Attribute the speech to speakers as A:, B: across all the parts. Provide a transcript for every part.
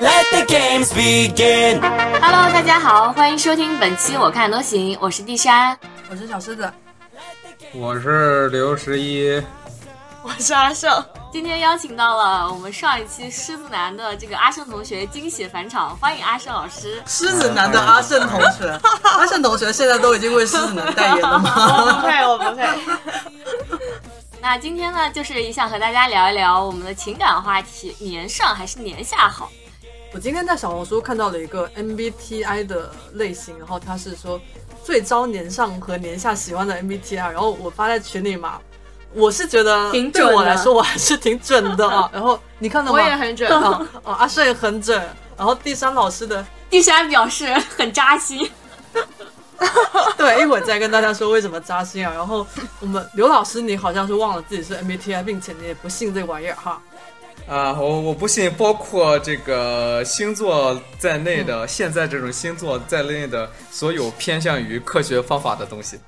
A: Let the games begin.
B: Hello，大家好，欢迎收听本期《我看都行》，我是地沙。
C: 我是小狮子，
D: 我是刘十一，
C: 我是阿胜，
B: 今天邀请到了我们上一期狮子男的这个阿胜同学惊喜返场，欢迎阿胜老师。
C: 狮子男的阿胜同 学。阿胜同学现在都已经为狮子男代言了吗？
E: 配，我 不配。
B: 那今天呢，就是想和大家聊一聊我们的情感话题，年上还是年下好？
C: 我今天在小红书看到了一个 MBTI 的类型，然后他是说最招年上和年下喜欢的 MBTI，然后我发在群里嘛。我是觉得
E: 挺
C: 对
E: 准
C: 我
E: 的
C: 来说我还是挺准 的啊。然后你看到吗？
E: 我也很准
C: 啊哦，阿胜也很准。然后第三老师的，
B: 地沙表示很扎心。
C: 对，一会儿再跟大家说为什么扎心啊。然后我们刘老师，你好像是忘了自己是 MBTI，并且你也不信这玩意儿哈。
D: 啊，我我不信，包括这个星座在内的，现在这种星座在内的所有偏向于科学方法的东西。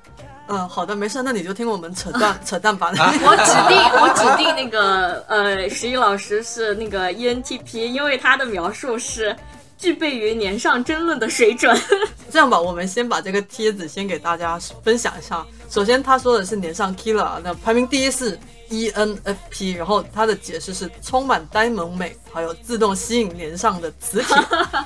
C: 嗯，好的，没事，那你就听我们扯淡扯淡吧。
B: 我指定我指定那个呃，十一老师是那个 E ENTP，因为他的描述是具备于年上争论的水准。
C: 这样吧，我们先把这个帖子先给大家分享一下。首先，他说的是年上 Killer，啊那排名第一是 E ENFP，然后他的解释是充满呆萌美，还有自动吸引年上的磁铁。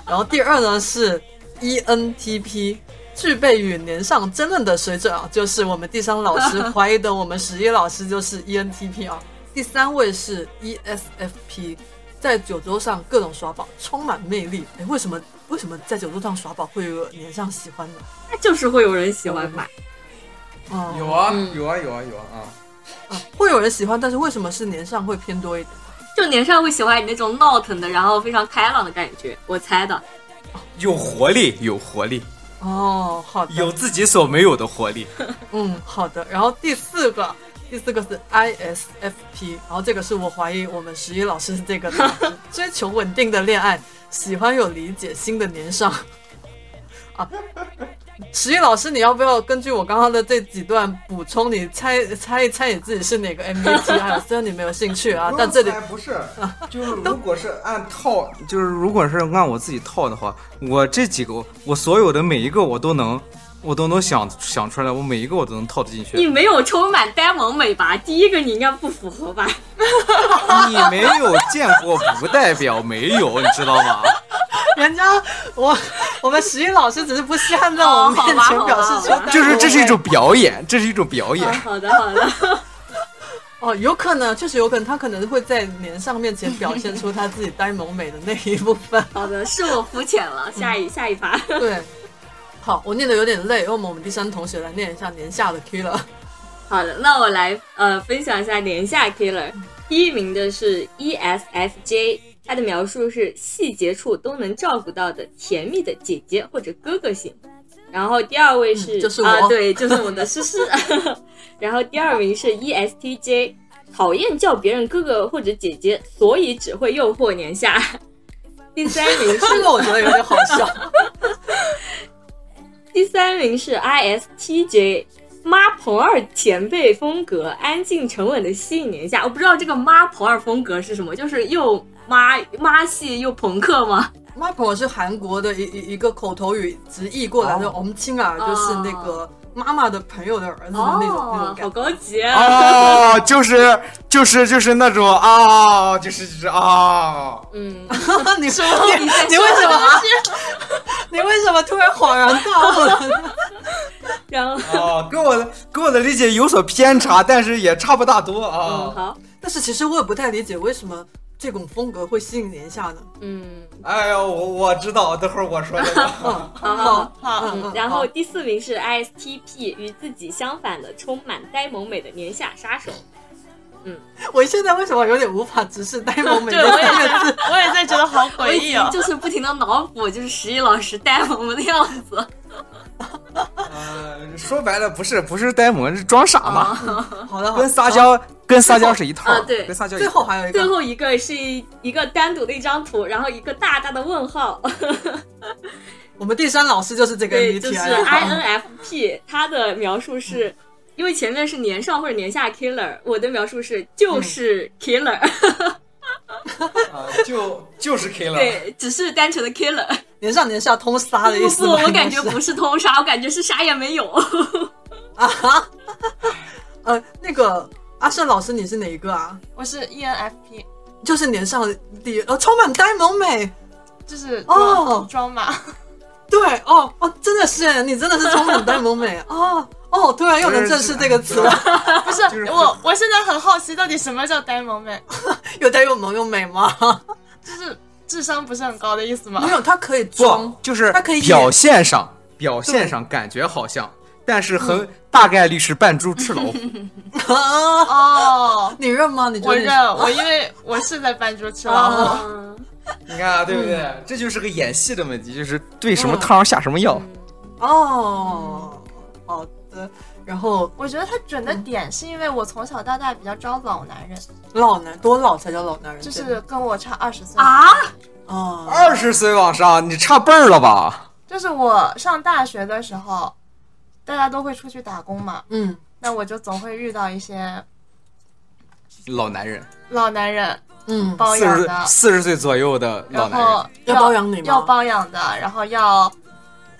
C: 然后第二呢是 E ENTP。具备与年上争论的水准啊，就是我们第三老师怀疑的，我们十一老师就是 ENTP 啊。第三位是 E ESFP，在酒桌上各种耍宝，充满魅力。哎，为什么为什么在酒桌上耍宝会有年上喜欢呢？
B: 就是会有人喜欢买。
C: 哦、
D: 有啊，
B: 嗯
D: 有啊，有啊，有啊啊！
C: 啊会有人喜欢，但是为什么是年上会偏多一点？
B: 就年上会喜欢你那种闹腾的，然后非常开朗的感觉，我猜的。
D: 有活力，有活力，
C: 哦，好的，
D: 有自己所没有的活力。
C: 嗯，好的。然后第四个，第四个是 ISFP，然后这个是我怀疑我们十一老师是这个 的追求稳定的恋爱，喜欢有理解心的年上。 啊，十一老师，你要不要根据我刚刚的这几段补充？你猜猜一猜你自己是哪个 MBTI？虽然你没有兴趣啊，但这里啊
D: 不是，就是如果是按套，就是如果是按我自己套的话，我这几个，我所有的每一个我都能，我都能想想出来，我每一个我都能套得进去。
B: 你没有充满呆萌美吧？第一个你应该不符合吧？
D: 你没有见过，不代表没有，你知道 吗？
C: 人家我我们十一老师只是不稀罕在我
B: 哦
C: 们
B: 好吧
C: 面
B: 好
C: 前
B: 吧
C: 表示
B: 好
C: 出
B: 吧，
D: 就是这是一种表演，这是一种表演
B: 啊，。好的好的，
C: 哦，有可能，确实有可能，他可能会在年上面前表现出他自己呆萌美的那一部 分。
B: 好的，是我肤浅了。下一下一盘，
C: 对，好，我念的有点累，让我们我们第三同学来念一下年下的 Q 了。
B: 好的，那我来呃分享一下年下 killer。第一名的是 E ESFJ，它的描述是细节处都能照顾到的甜蜜的姐姐或者哥哥型。然后第二位是、
C: 嗯就是我
B: 啊，对，就是我的诗 诗。然后第二名是 E ESTJ，讨厌叫别人哥哥或者姐姐，所以只会诱惑年下。第三名是
C: 这个我觉得有点好笑。
B: 第三名是 ISTJ，妈朋儿前辈风格，安静沉稳的吸引年下。我不知道这个妈朋儿风格是什么，就是又妈妈系又朋克吗？
C: 妈婆是韩国的一一一个口头语，直译过来的，我们亲啊，哦就是那个妈妈的朋友的儿子的那种、那种
B: 好
C: 感觉。
B: 高级啊！
D: 哦，就是就是就是那种啊、就是就是啊，
B: 嗯，
C: 你说
E: 哦
C: 你你为什么、 你为什么突然恍然大悟了？
B: 然后。
D: 哦，跟我的跟我的理解有所偏差，但是也差不大多
B: 嗯，
D: 啊。
B: 好，
C: 但是其实我也不太理解为什么这种风格会吸引年下呢？
B: 嗯，
D: 哎呀，我我知道，等会儿我说这个。
C: 嗯，
B: 好好，
C: 好
B: 嗯，然后第四名是 ISTP，与自己相反的，充满呆萌美的年下杀手。
C: 我现在为什么有点无法直视呆 萌美
E: 对，我
C: 的
E: 也
C: 三个
E: 是
C: 字？，
E: 我也在觉得好
B: 我
E: 诡
B: 已
E: 异
B: 经
E: 哦。
B: 就是不停的脑补，就是十一老师呆萌的样子。
D: 呃，说白了不是不是呆萌，是装傻嘛，
C: 好的，好
D: 跟
C: 的。
D: 撒娇跟撒娇是一套
B: 啊对
D: 跟撒娇一
C: 最
D: 套。
C: 后还有一
B: 最
C: 个，
B: 后一个是一个单独的一张图，然后一个大大的问号，
C: 我们第三老师就是这个
B: 对，就是
C: MBTI 了
B: INFP，它的描述是。因为前面是年上或者年下 killer，我的描述是就是 killer，、
D: 啊，就就是 K 了。
B: 对，只是单纯的 killer。
C: 年上年下通杀的意
B: 不
C: 思
B: 不，
C: 吗
B: 我感觉
C: 应该
B: 不是通杀，我感觉是啥也没有。
C: 啊哈， 呃，那个阿胜老师，你是哪一个啊？
E: 我是 E ENFP，
C: 就是年上第呃充满呆萌美，
E: 就是
C: 哦
E: 装装嘛，
C: 对哦哦，真的是你真的是充满呆 萌美哦哦，突然又能正视这个词
B: 啊
C: 了，
E: 不是
D: 就是
E: 我，我现在很好奇，到底什么叫呆萌妹？
C: 又呆又萌又美吗？
E: 就是智商不是很高的意思吗
C: 没？有，他可以装
D: 不，，就是
C: 他可以演
D: 表现上，表现上感觉好像，但是
B: 嗯
D: 很大概率是扮猪吃 老虎。
C: 啊，
E: 哦，
C: 你认吗？你觉
E: 我
C: 得你
E: 认，我因为我是在扮猪吃老虎。
B: 嗯，
D: 你看啊，对不对？这就是个演戏的问题，就是对什么
B: 嗯
D: 汤下什么药。
C: 哦，好的。然后
E: 我觉得他准的点是因为我从小到大比较招老男人，
C: 老男多老才叫老男人，
E: 就
C: 真的
E: 是跟我差二十岁
B: 啊，
C: 哦，
D: 二十岁往上，你差辈儿了吧？
E: 就是我上大学的时候，大家都会出去打工嘛，
C: 嗯，
E: 那我就总会遇到一些
D: 老男人，
E: 老男人
C: 嗯，
B: 哦
E: 包
D: 四
E: 养
D: 十
E: 的，
D: 四十岁左右的老
E: 然
D: 男人
E: 后。
C: 要包养你吗
E: 要包养的，然后要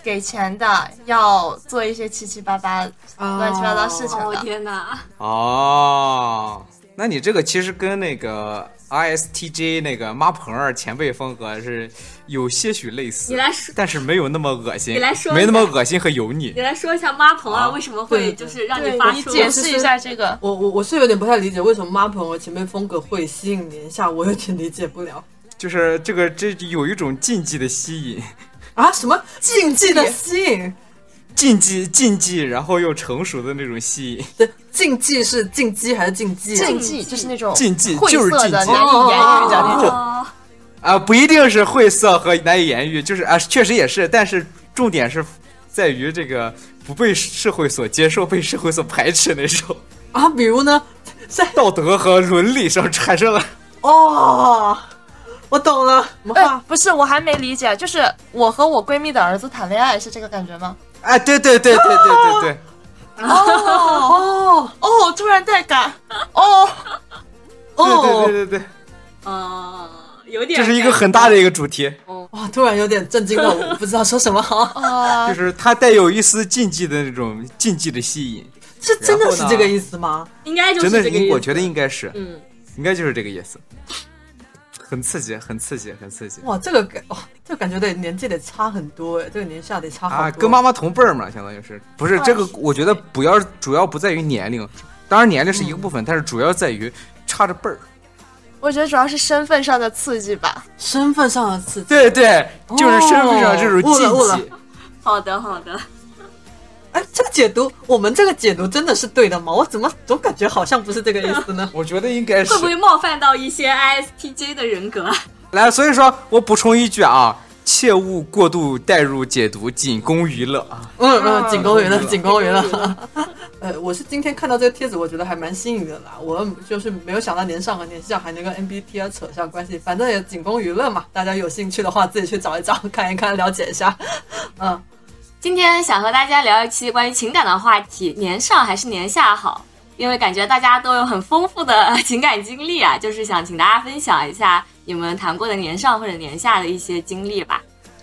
E: 给钱的，要做一些七七八八
C: 嗯
E: 乱七八糟事情
B: 哦
E: 的。
B: 天哪，
D: 哦，那你这个其实跟那个 ISTJ 那个妈鹏儿前辈风格是有些许类似，
B: 你来说
D: 但是没有那么恶心，
B: 你来说一下
D: 没那么恶心和油腻
B: 你。来说一下妈鹏啊
D: 啊
B: 为什么
C: 对
B: 会就
C: 对
B: 是让
E: 对
B: 你发
E: 你
B: 出
E: 解释一下这个，
C: 我我我是有点不太理解为什么妈朋和前辈风格会吸引年下，我有点理解不了
D: 就是这个这有一种禁忌的吸引，
C: 啊！什么禁忌的吸引？
D: 禁忌禁忌，然后又成熟的那种吸引，
C: 对，禁忌是禁忌还是禁忌、啊？
E: 禁忌就是那种
D: 禁忌
E: 晦
D: 就是
E: 涩
D: 禁忌
E: 的难以言喻的那
D: 哦
E: 种。
B: 哦
D: 啊，不一定是晦涩和难以言喻，就是啊，确实也是，但是重点是在于这个不被社会所接受、被社会所排斥那种
C: 啊，比如呢？
D: 道德和伦理上产生了。
C: 哦，我懂了，什么
E: 哎
C: 话？，
E: 不是，我还没理解，就是我和我闺蜜的儿子谈恋爱是这个感觉吗？
D: 哎，对对对对对对对，
C: 哦
E: 哦，突然带感，哦，
C: 哦
D: 对对
C: 哦！
D: 对对对，
B: 哦，有点
D: 这是一个很大的一个主题，
C: 哇，突然有点震惊了，我不知道说什 么啊好。
D: 哦
E: 呃
D: 就，是它带有一丝禁忌的那种禁忌的吸引，
C: 是真的
D: 然后
C: 是
D: 呢
C: 这个意思吗？
B: 应该就是
D: 真的
B: 这个意
D: 是，
B: 思。
D: 我觉得应该是，
B: 嗯，
D: 应该就是这个意思，很刺激，很刺激，很刺激
C: 哇，这个感，哇，这个感觉得年纪得差很多哎，这个年下得差好多。
D: 啊，跟妈妈同辈儿嘛，相当于是，不是
E: 啊
D: 这个？我觉得不要，主要不在于年龄，当然年龄是一个部分，但是主要在于差着辈儿。
E: 我觉得主要是身份上的刺激吧。
C: 身份上的刺激。
D: 对对，就是身份上这种
C: 哦
D: 禁
C: 悟了悟
D: 忌，？
B: 好的好的，
C: 哎，这个解读，我们这个解读真的是对的吗？我怎么总感觉好像不是这个意思呢
D: 我觉得应该是
B: 会不会冒犯到一些 ISTJ 的人格啊？
D: 来，所以说我补充一句啊，切勿过度带入解读，仅供娱乐啊。
C: 嗯嗯，仅供娱乐，
D: 嗯
C: 仅供娱乐。 呃，我是今天看到这个帖子，我觉得还蛮新颖的啦。我就是没有想到年上和年下还能跟 MBTI 啊扯上关系，反正也仅供娱乐嘛。大家有兴趣的话，自己去找一找，看一看，了解一下。嗯，
B: 今天想和大家聊一期关于情感的话题，年上还是年下好？因为感觉大家都有很丰富的呃情感经历啊，就是想请大家分享一下你们谈过的年上或者年下的一些经历吧。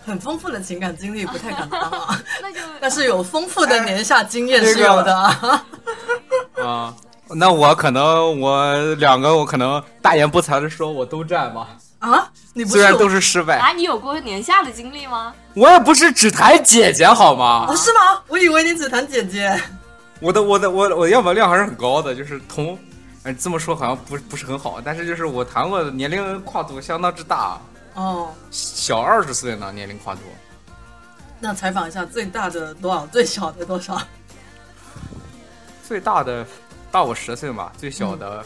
C: 很丰富的情感经历不太敢当啊，
B: 那就
C: 但是有丰富的年下经验
D: 是 有的
C: 啊。
D: 啊，那我可能我两个我可能大言不惭的说，我都占吧，
C: 啊，你不
D: 虽然都
C: 是
D: 是失败，
B: 啊，你有过年下的经历吗？
D: 我也不是只谈姐姐好吗？
C: 不是吗？我以为你只谈姐姐。
D: 我的我的我我样本量还是很高的，就是同，呃，这么说好像不不是很好，但是就是我谈过的年龄跨度相当之大，啊
C: 哦，
D: 小二十岁呢年龄跨度，
C: 那采访一下，最大的多少，最小的多
B: 啊
C: 少？
D: 最大的大我十岁嘛，最小的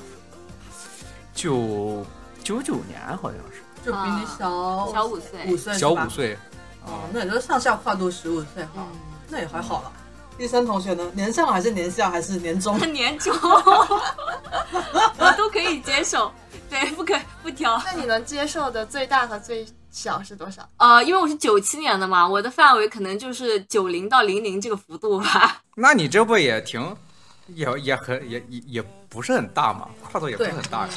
D: 九九九年好像是
C: 就比你小
B: 小五岁
C: 五岁，
D: 小五。岁，
C: 哦，那也就是上下跨度十五岁
B: 嗯
C: 哈，那也还好了。第三同学呢？年上还是年下还是 年中？
B: 年中，我都可以接受，对，不可不挑。
E: 那你能接受的最大和最小是多少？
B: 呃，因为我是九七年的嘛，我的范围可能就是九零到零零这个幅度吧。
D: 那你这不也挺也也很也也也不是很大嘛，跨度也不是很大呀。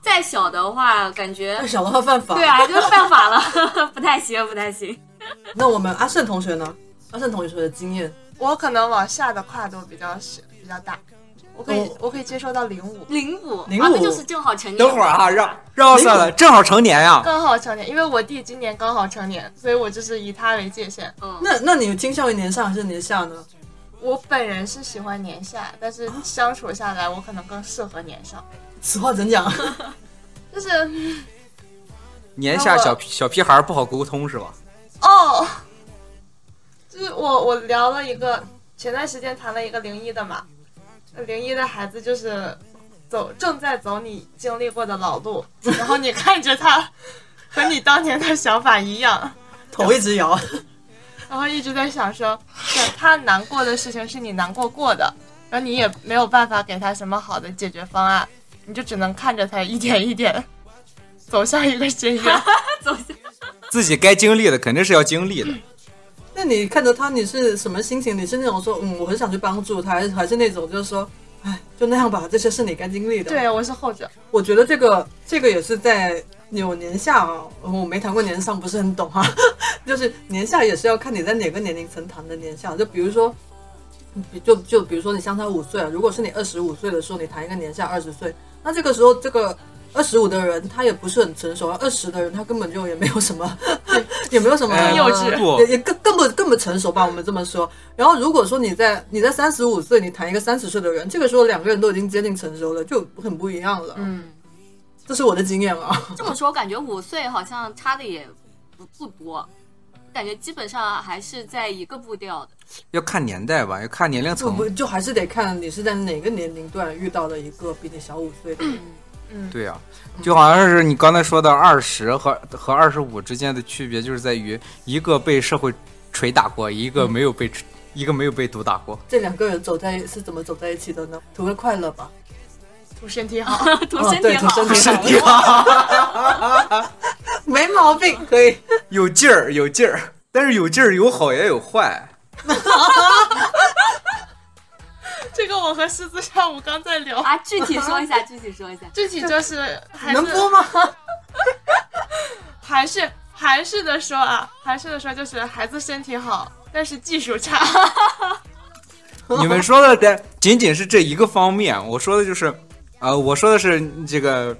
B: 再小的话，感觉
C: 太小的话犯法。
B: 对啊，就是犯法了，不太行，不太行。
C: 那我们阿胜同学呢？阿胜同学的经验，
E: 我可能往下的跨度比较小，比较大，我可以、
C: 哦
E: 我可以接受到零五，
B: 零五，
C: 05
B: 啊，那就是正好成年。
D: 等会儿啊，让让奥算了，正好成年呀、
E: 刚好成年，因为我弟今年刚好成年，所以我就是以他为界限。
B: 嗯，
C: 那那你倾向于年上还是年下呢？
E: 我本人是喜欢年下，但是相处下来，我可能更适合年上，
C: 此话怎 讲？
E: 就是
D: 年下小屁小屁孩儿不好沟通是吧？
E: 哦，就是我我聊了一个，前段时间谈了一个零一的嘛，零一的孩子就是走正在走你经历过的老路，然后你看着他和你当年的想法一样，
C: 头一直摇，
E: 然后一直在想说，对他难过的事情是你难过过的，然后你也没有办法给他什么好的解决方案，你就只能看着他一点一点 走向一个深渊。
B: 走下
D: 自己该经历的肯定是要经历的。
C: 嗯那你看着他，你是什么心情？你是那种说，嗯，我很想去帮助他，还是还是那种就是说，哎，就那样吧，这些是你该经历的。，
E: 对，我是后者。
C: 我觉得这个这个也是在有年下啊，我没谈过年上，不是很懂啊。 就是年下也是要看你在哪个年龄层谈的年下，就比如说，比就就比如说你相差五岁啊，如果是你二十五岁的时候，你谈一个年下二十岁，那这个时候这个。二十五的人他也不是很成熟啊，二十的人他根本就也没有什么， 也没有什么
D: 哎
E: 幼稚
D: 不
C: 也也更更不更不成熟吧，我们这么说。然后如果说你在你在三十五岁，你谈一个三十岁的人，这个时候两个人都已经接近成熟了，就很不一样了。
E: 嗯，
C: 这是我的经验啊。
B: 这么说，感觉五岁好像差的也不不多，感觉基本上还是在一个步调的。
D: 要看年代吧，要看年龄
E: 嗯
C: 就
D: 层
C: 不。就还是得看你是在哪个年龄段遇到了一个比你小五岁的人。
E: 嗯
D: 对呀、就好像是你刚才说的二十和和二十五之间的区别，就是在于一个被社会捶打过，一个没有被、一个没有被毒打 过。
C: 这两个人走在是怎么走在一起的呢？图个快乐 吧，
E: 祝身体好。
B: 图啊身体好，
C: 哦对图身体
B: 好。
C: 没毛病，
E: 嗯
C: 可以。
D: 有劲儿，有劲儿，但是有劲儿有好也有坏。
E: 这个我和狮子上午刚在聊，
B: 啊，具体说一下，具体说一下。
E: 具体就是还
C: 能
E: 是
C: 播吗？
E: 还是还是的说啊，还是的说就是孩子身体好，但是技术差。
D: 你们说的得仅仅是这一个方面，我说的就是，呃，我说的是这个，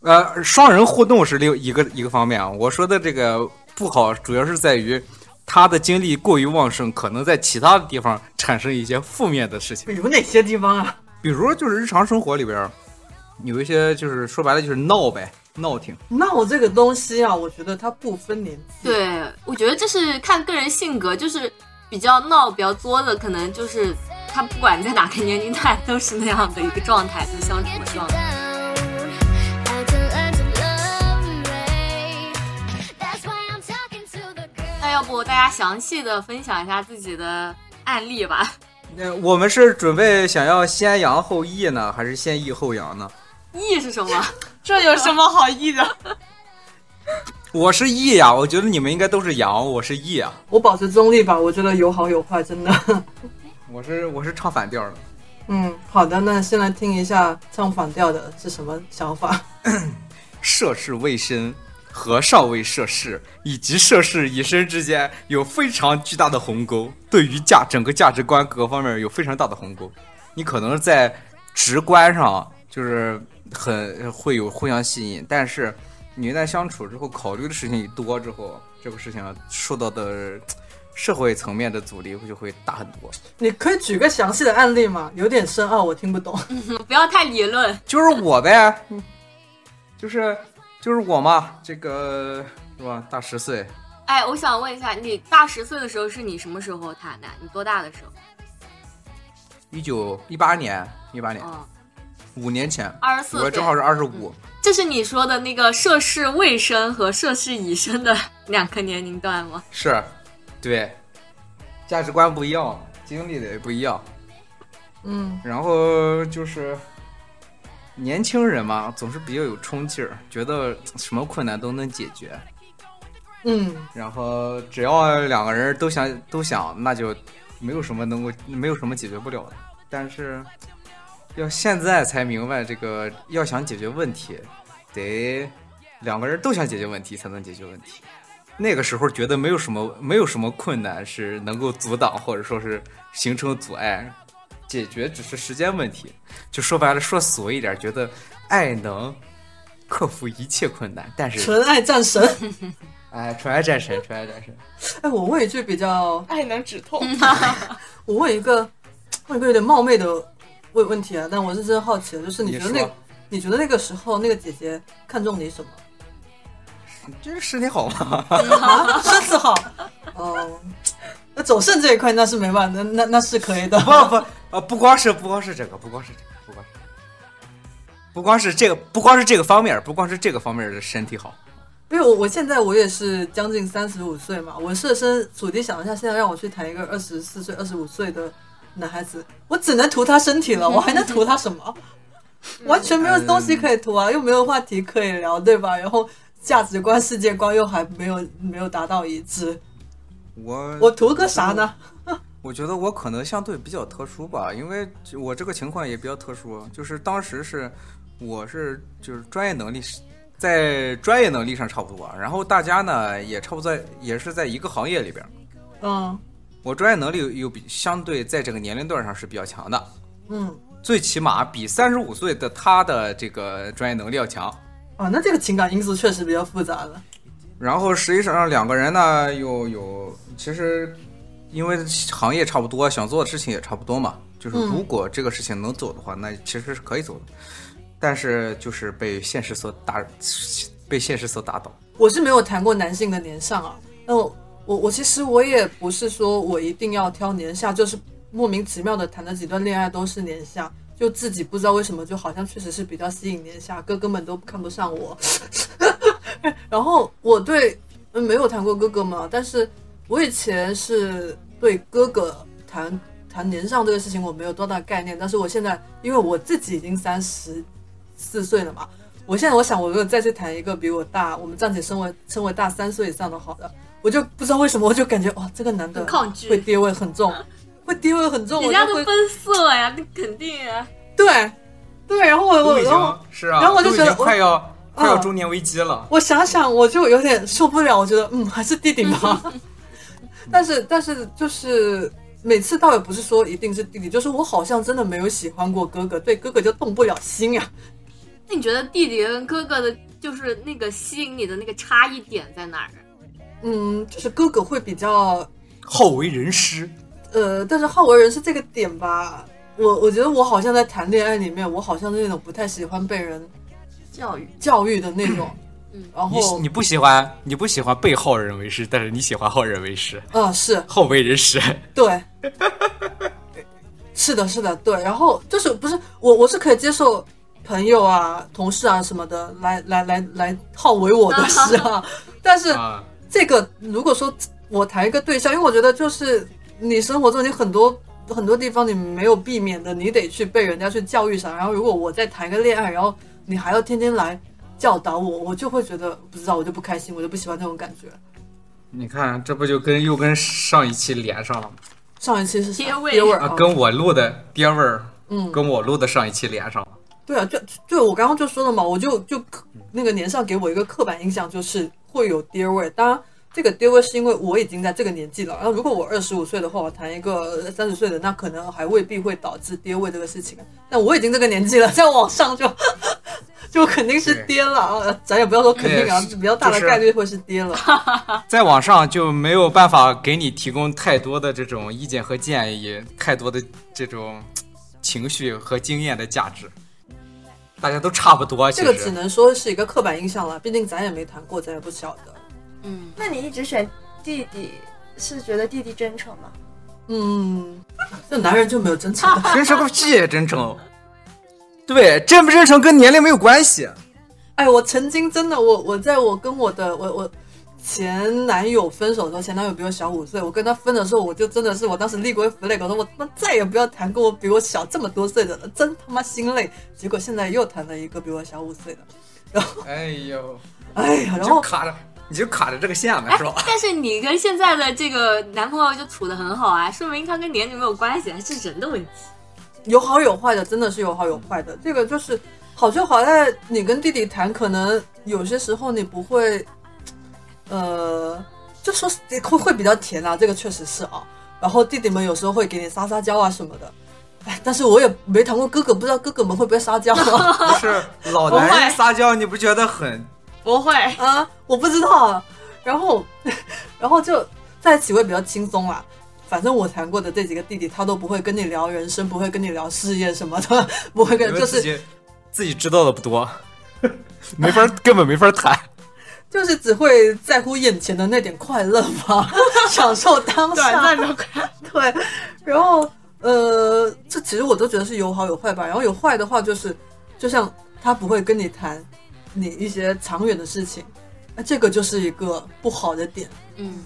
D: 呃，双人互动是另一个一个方面啊。我说的这个不好，主要是在于他的精力过于旺盛，可能在其他的地方产生一些负面的事情，
C: 比如哪些地方啊？
D: 比如就是日常生活里边儿有一些就是说白了就是闹呗，闹挺。
C: 闹这个东西啊，我觉得它不分年纪。啊
B: 对，我觉得这是看个人性格，就是比较闹、比较作的，可能就是他不管在哪个年龄段都是那样的一个状态，就相处的
F: Get
B: 状
F: you down.
B: 态。
F: I can learn to love me. That's why I'm talking to the girl.
B: 那要不大家详细的分享一下自己的案例吧？
D: 那呃我们是准备想要先扬后抑呢，还是先抑后扬呢？
B: 意是什么？
E: 这有什么好议的？
D: 我是抑呀、我觉得你们应该都是阳，我是抑啊。
C: 我保持中立吧，我觉得有好有坏，真的。
D: 我是我是唱反调的。
C: 嗯，好的，那先来听一下唱反调的是什么想法。
D: 涉世未深和尚未涉世以及涉世已深之间有非常巨大的鸿沟，对于价整个价值观各方面有非常大的鸿沟。你可能在直观上就是很会有互相吸引，但是你一旦相处之后，考虑的事情一多之后，这个事情受到的社会层面的阻力就会大很多。
C: 你可以举个详细的案例吗？有点深奥，我听不懂。
B: 不要太理论。
D: 就是我呗，就是就是我嘛，这个是吧？大十岁，
B: 哎，我想问一下，你大十岁的时候是你什么时候谈的？你多大的时候？
D: 一九一八年，一八年，
B: 嗯，
D: 五年前，
B: 二十四
D: 我
B: 岁，嗯
D: 正好是二十五。
B: 这是你说的那个涉世未深和涉世已深的两个年龄段吗？
D: 是，对，价值观不一样，经历的也不一样，
C: 嗯，
D: 然后就是。年轻人嘛，总是比较有冲劲儿，觉得什么困难都能解决。
C: 嗯，
D: 然后只要两个人都想都想，那就没有什么能够没有什么解决不了的。但是要现在才明白，这个要想解决问题，得两个人都想解决问题才能解决问题。那个时候觉得没有什么没有什么困难是能够阻挡或者说是形成阻碍，解决只是时间问题。就说白了，说俗一点，觉得爱能克服一切困难，但是
C: 纯爱战神。
E: 嗯
D: 哎，纯爱战神，纯爱战神，
C: 哎，我问一句比较，
E: 爱能止痛。
C: 我问一个，问一个有点冒昧的问问题啊，但我是真的好奇的，就是你
D: 你
C: 觉得那
D: 说
C: 个，你觉得那个时候那个姐姐看中你什么？
D: 真是身体好吗？
C: 啊， 身子好。哦，那走肾这一块那是没办法，那那那是可以的。
D: 不不啊，不光是不光是这个，不光是这个，不光是这个不光是这个，不光是这个方面，不光是这个方面的身体好，
C: 因为我我现在我也是将近三十五岁嘛，我设身处地想一下，现在让我去谈一个二十四岁、二十五岁的男孩子，我只能图他身体了，我还能图他什么？完全没有东西可以图啊，又没有话题可以聊，对吧？然后价值观、世界观又还没有没有达到一致，
D: 我
C: 我图个啥呢？
D: 我觉得我可能相对比较特殊吧，因为我这个情况也比较特殊，就是当时是我是就是专业能力是在专业能力上差不多，然后大家呢也差不多在也是在一个行业里边儿，
C: 嗯
D: 我专业能力又比相对在这个年龄段上是比较强的，
C: 嗯
D: 最起码比三十五岁的他的这个专业能力要强。
C: 啊，那这个情感因素确实比较复杂了。
D: 然后实际上两个人呢，又有其实因为行业差不多，想做的事情也差不多嘛。就是
C: 嗯
D: 如果这个事情能走的话，那其实是可以走的。但是就是被现实所打，被现实所打倒。
C: 我是没有谈过男性的年上啊，那我我我其实我也不是说我一定要挑年下，就是莫名其妙的谈的几段恋爱都是年下，就自己不知道为什么，就好像确实是比较吸引年下，哥哥们都看不上我。然后我对嗯没有谈过哥哥嘛，但是我以前是对哥哥谈谈年上这个事情我没有多大概念，但是我现在因为我自己已经三十四岁了嘛，我现在我想，我如果再去谈一个比我大，我们暂且称为称为大三岁以上的好的，我就不知道为什么，我就感觉哇，这个男的
B: 很抗拒
C: 会跌位很 重，会跌位很重，
B: 人
C: 我
B: 家
C: 就
B: 都
C: 会
B: 奔四了呀，那肯定啊。
C: 对对， 然后我
D: 都
C: 我
D: 已
C: 哦然后
D: 经是啊，
C: 然后我就
D: 都已
C: 觉得
D: 经快要、快要
C: 嗯
D: 中年危机了。
C: 我想想，我就有点受不了，我觉得嗯，还是弟弟吧。但是但是就是每次倒也不是说一定是弟弟，就是我好像真的没有喜欢过哥哥，对哥哥就动不了心呀、
B: 那你觉得弟弟跟哥哥的，就是那个吸引你的那个差异点在哪儿？
C: 嗯，就是哥哥会比较
D: 好为人师，
C: 呃，但是好为人师这个点吧，我我觉得我好像在谈恋爱里面，我好像是那种不太喜欢被人
E: 教育
C: 教育的那种。
B: 嗯
C: 然
D: 你
C: 后
D: 你不喜欢你不喜欢被好人为师，但是你喜欢好人为师，
C: 啊、是
D: 好为人师。
C: 对， 是的，是的，对。然后就是不是我，我是可以接受朋友啊、同事啊什么的来来来来好为我的事啊，但是
D: 啊，
C: 这个如果说我谈一个对象，因为我觉得就是你生活中你很多很多地方你没有避免的，你得去被人家去教育上。然后如果我再谈一个恋爱，然后你还要天天来教导我，我就会觉得不知道，我就不开心，我就不喜欢这种感觉。
D: 你看这不就跟又跟上一期连上了吗？
C: 上一期是啥
B: 结尾
C: 结尾
D: 啊，
C: 哦
D: 跟我录的爹味儿，
C: 嗯
D: 跟我录的上一期连上了。
C: 对啊，就就我刚刚就说了嘛，我就就
D: 嗯
C: 那个年上给我一个刻板印象，就是会有爹味。当然，这个爹味是因为我已经在这个年纪了。然后，如果我二十五岁的话，我谈一个三十岁的，那可能还未必会导致爹味这个事情。啊但我已经这个年纪了，再往上就 就肯定是爹了啊！咱也不要说肯定啊，
D: 对
C: 比较大的
D: 就是
C: 概率会是爹 了。
D: 再往上就没有办法给你提供太多的这种意见和建议，太多的这种情绪和经验的价值。大家都差不多，其
C: 这个只
D: 实
C: 能说是一个刻板印象了，毕竟咱也没谈过，咱也不晓得。
B: 嗯，
E: 那你一直选弟弟，是觉得弟弟真诚吗？
C: 嗯，这男人就没有真诚的。
D: 真诚个屁，真诚。对，真不真诚跟年龄没有关系。
C: 哎，我曾经真的，我我在我跟我的我我前男友分手的时候，前男友比我小五岁，我跟他分的时候，我就真的是我当时立过一 flag，我说我他妈再也不要谈跟我比我小这么多岁的了，真他妈心累。结果现在又谈了一个比我小五岁的，
D: 哎呦，
C: 哎呀，
D: 你
C: 然
D: 就
C: 后
D: 卡着，你就卡着这个线了，
B: 哎
D: 是吧？，
B: 但是你跟现在的这个男朋友就处的很好啊，说明他跟年龄没有关系，还是人的问题。
C: 有好有坏的，真的是有好有坏的。这个就是好就好在你跟弟弟谈，可能有些时候你不会，呃，就说是会会比较甜啊，这个确实是啊。然后弟弟们有时候会给你撒撒娇啊什么的，哎，但是我也没谈过哥哥，不知道哥哥们会不会撒娇啊。
D: 不是老男人撒娇，你不觉得很
E: 不会，
C: 啊，我不知道。然后，然后就在一起会比较轻松啦。反正我谈过的这几个弟弟，他都不会跟你聊人生，不会跟你聊事业什么的，不会跟，
D: 你 们
C: 就
D: 自
C: 是
D: 己自己知道的不多， 没法根本没法谈。
C: 就是只会在乎眼前的那点快乐吧，享受当
E: 短
C: 下
E: 暂。的快乐。
C: 对，然后呃，这其实我都觉得是有好有坏吧。然后有坏的话，就是就像他不会跟你谈你一些长远的事情，那这个就是一个不好的点。
B: 嗯，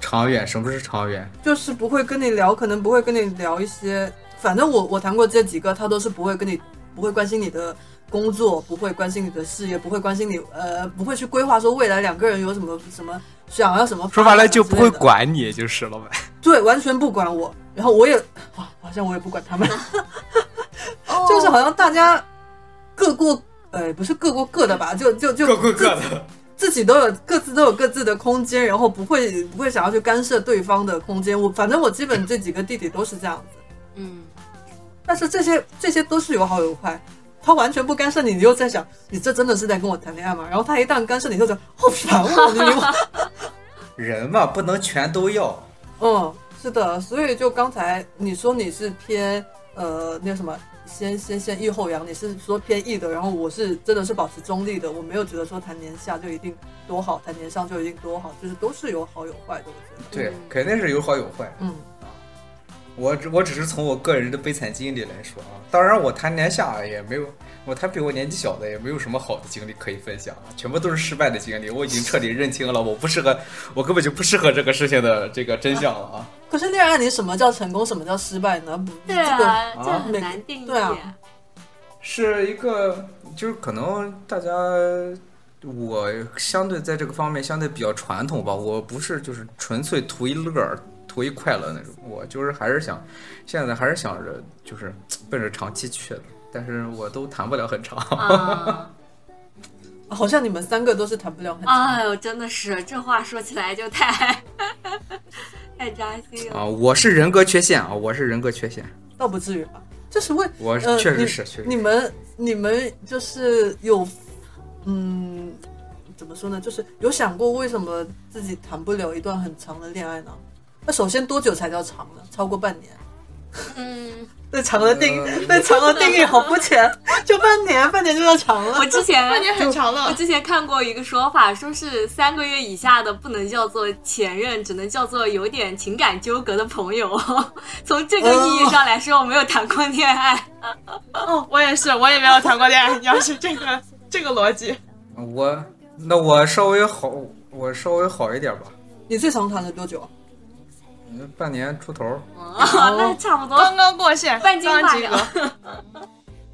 D: 长远，什么是长远？
C: 就是不会跟你聊，可能不会跟你聊一些，反正我我谈过这几个，他都是不会跟你，不会关心你的工作，不会关心你的事业，不会关心你，呃，不会去规划说未来两个人有什么什么想要什么。
D: 说白了就不会，管你，就是老板。
C: 对，完全不管我。然后我也，哇，好像我也不管 他们，就是好像大家各过，呃，不是各过各的吧，就就就
D: 各过各
C: 自
D: 的，
C: 自己都有各自都有各自的空间，然后不会不会想要去干涉对方的空间。我反正我基本这几个弟弟都是这样子。
B: 嗯，
C: 但是这些这些都是有好有坏，他完全不干涉你，你又在想，你这真的是在跟我谈恋爱吗？然后他一旦干涉你，就觉得好烦哦，你明白吗？
D: 人嘛不能全都要。
C: 嗯，是的，所以就刚才你说你是偏呃那个什么先先先抑后扬，你是说偏抑的，然后我是真的是保持中立的，我没有觉得说谈年下就一定多好，谈年上就一定多好，就是都是有好有坏的，我觉得，
D: 对，肯定是有好有坏。
C: 嗯
D: 我只我只是从我个人的悲惨经历来说啊，当然我谈年下也没有，我谈比我年纪小的也没有什么好的经历可以分享啊，全部都是失败的经历。我已经彻底认清了我不适合，我根本就不适合这个事情的这个真相了啊。
C: 可是恋爱你什么叫成功，什么叫失败呢？不，
B: 对
C: 这个
B: 啊，这
D: 啊
B: 很
C: 每
B: 难定义。
C: 对啊
D: 是一个，就是可能大家，我相对在这个方面相对比较传统吧，我不是就是纯粹图一乐儿、图一快乐那种，我就是还是想，现在还是想着就是呃奔着长期去的，但是我都谈不了很长。
B: 啊，
C: 好像你们三个都是谈不了 很长。
B: 哎呦，真的是这话说起来就太 太扎心了。
D: 啊，我是人格缺陷啊，我是人格缺陷，
C: 倒不至于吧，就是为
D: 我
C: 呃，
D: 确
C: 你
D: 实是，确实
C: 你
D: 是
C: 们你们就是有，嗯，怎么说呢？就是有想过为什么自己谈不了一段很长的恋爱呢？那首先多久才叫长呢？超过半年？
B: 嗯，
C: 对长的定
D: 呃
C: 对长的定义好肤浅，就半年，半年就叫长了
B: 我。之前
E: 半年很长
B: 我
E: 了，
B: 之前看过一个说法，说是三个月以下的不能叫做前任，只能叫做有点情感纠葛的朋友。 从这个意义上来说，我没有谈过恋爱。
E: 哦， 我也是，我也没有谈过恋爱。你要是这个这个逻辑，
D: 我那我稍微好，我稍微好一点吧，
C: 你最长谈了多久？啊
D: 嗯半年出头儿。
B: 那差不
E: 刚
B: 多，
E: 刚过线，
B: 半斤
E: 刚
B: 八
E: 及
B: 两
E: 格。。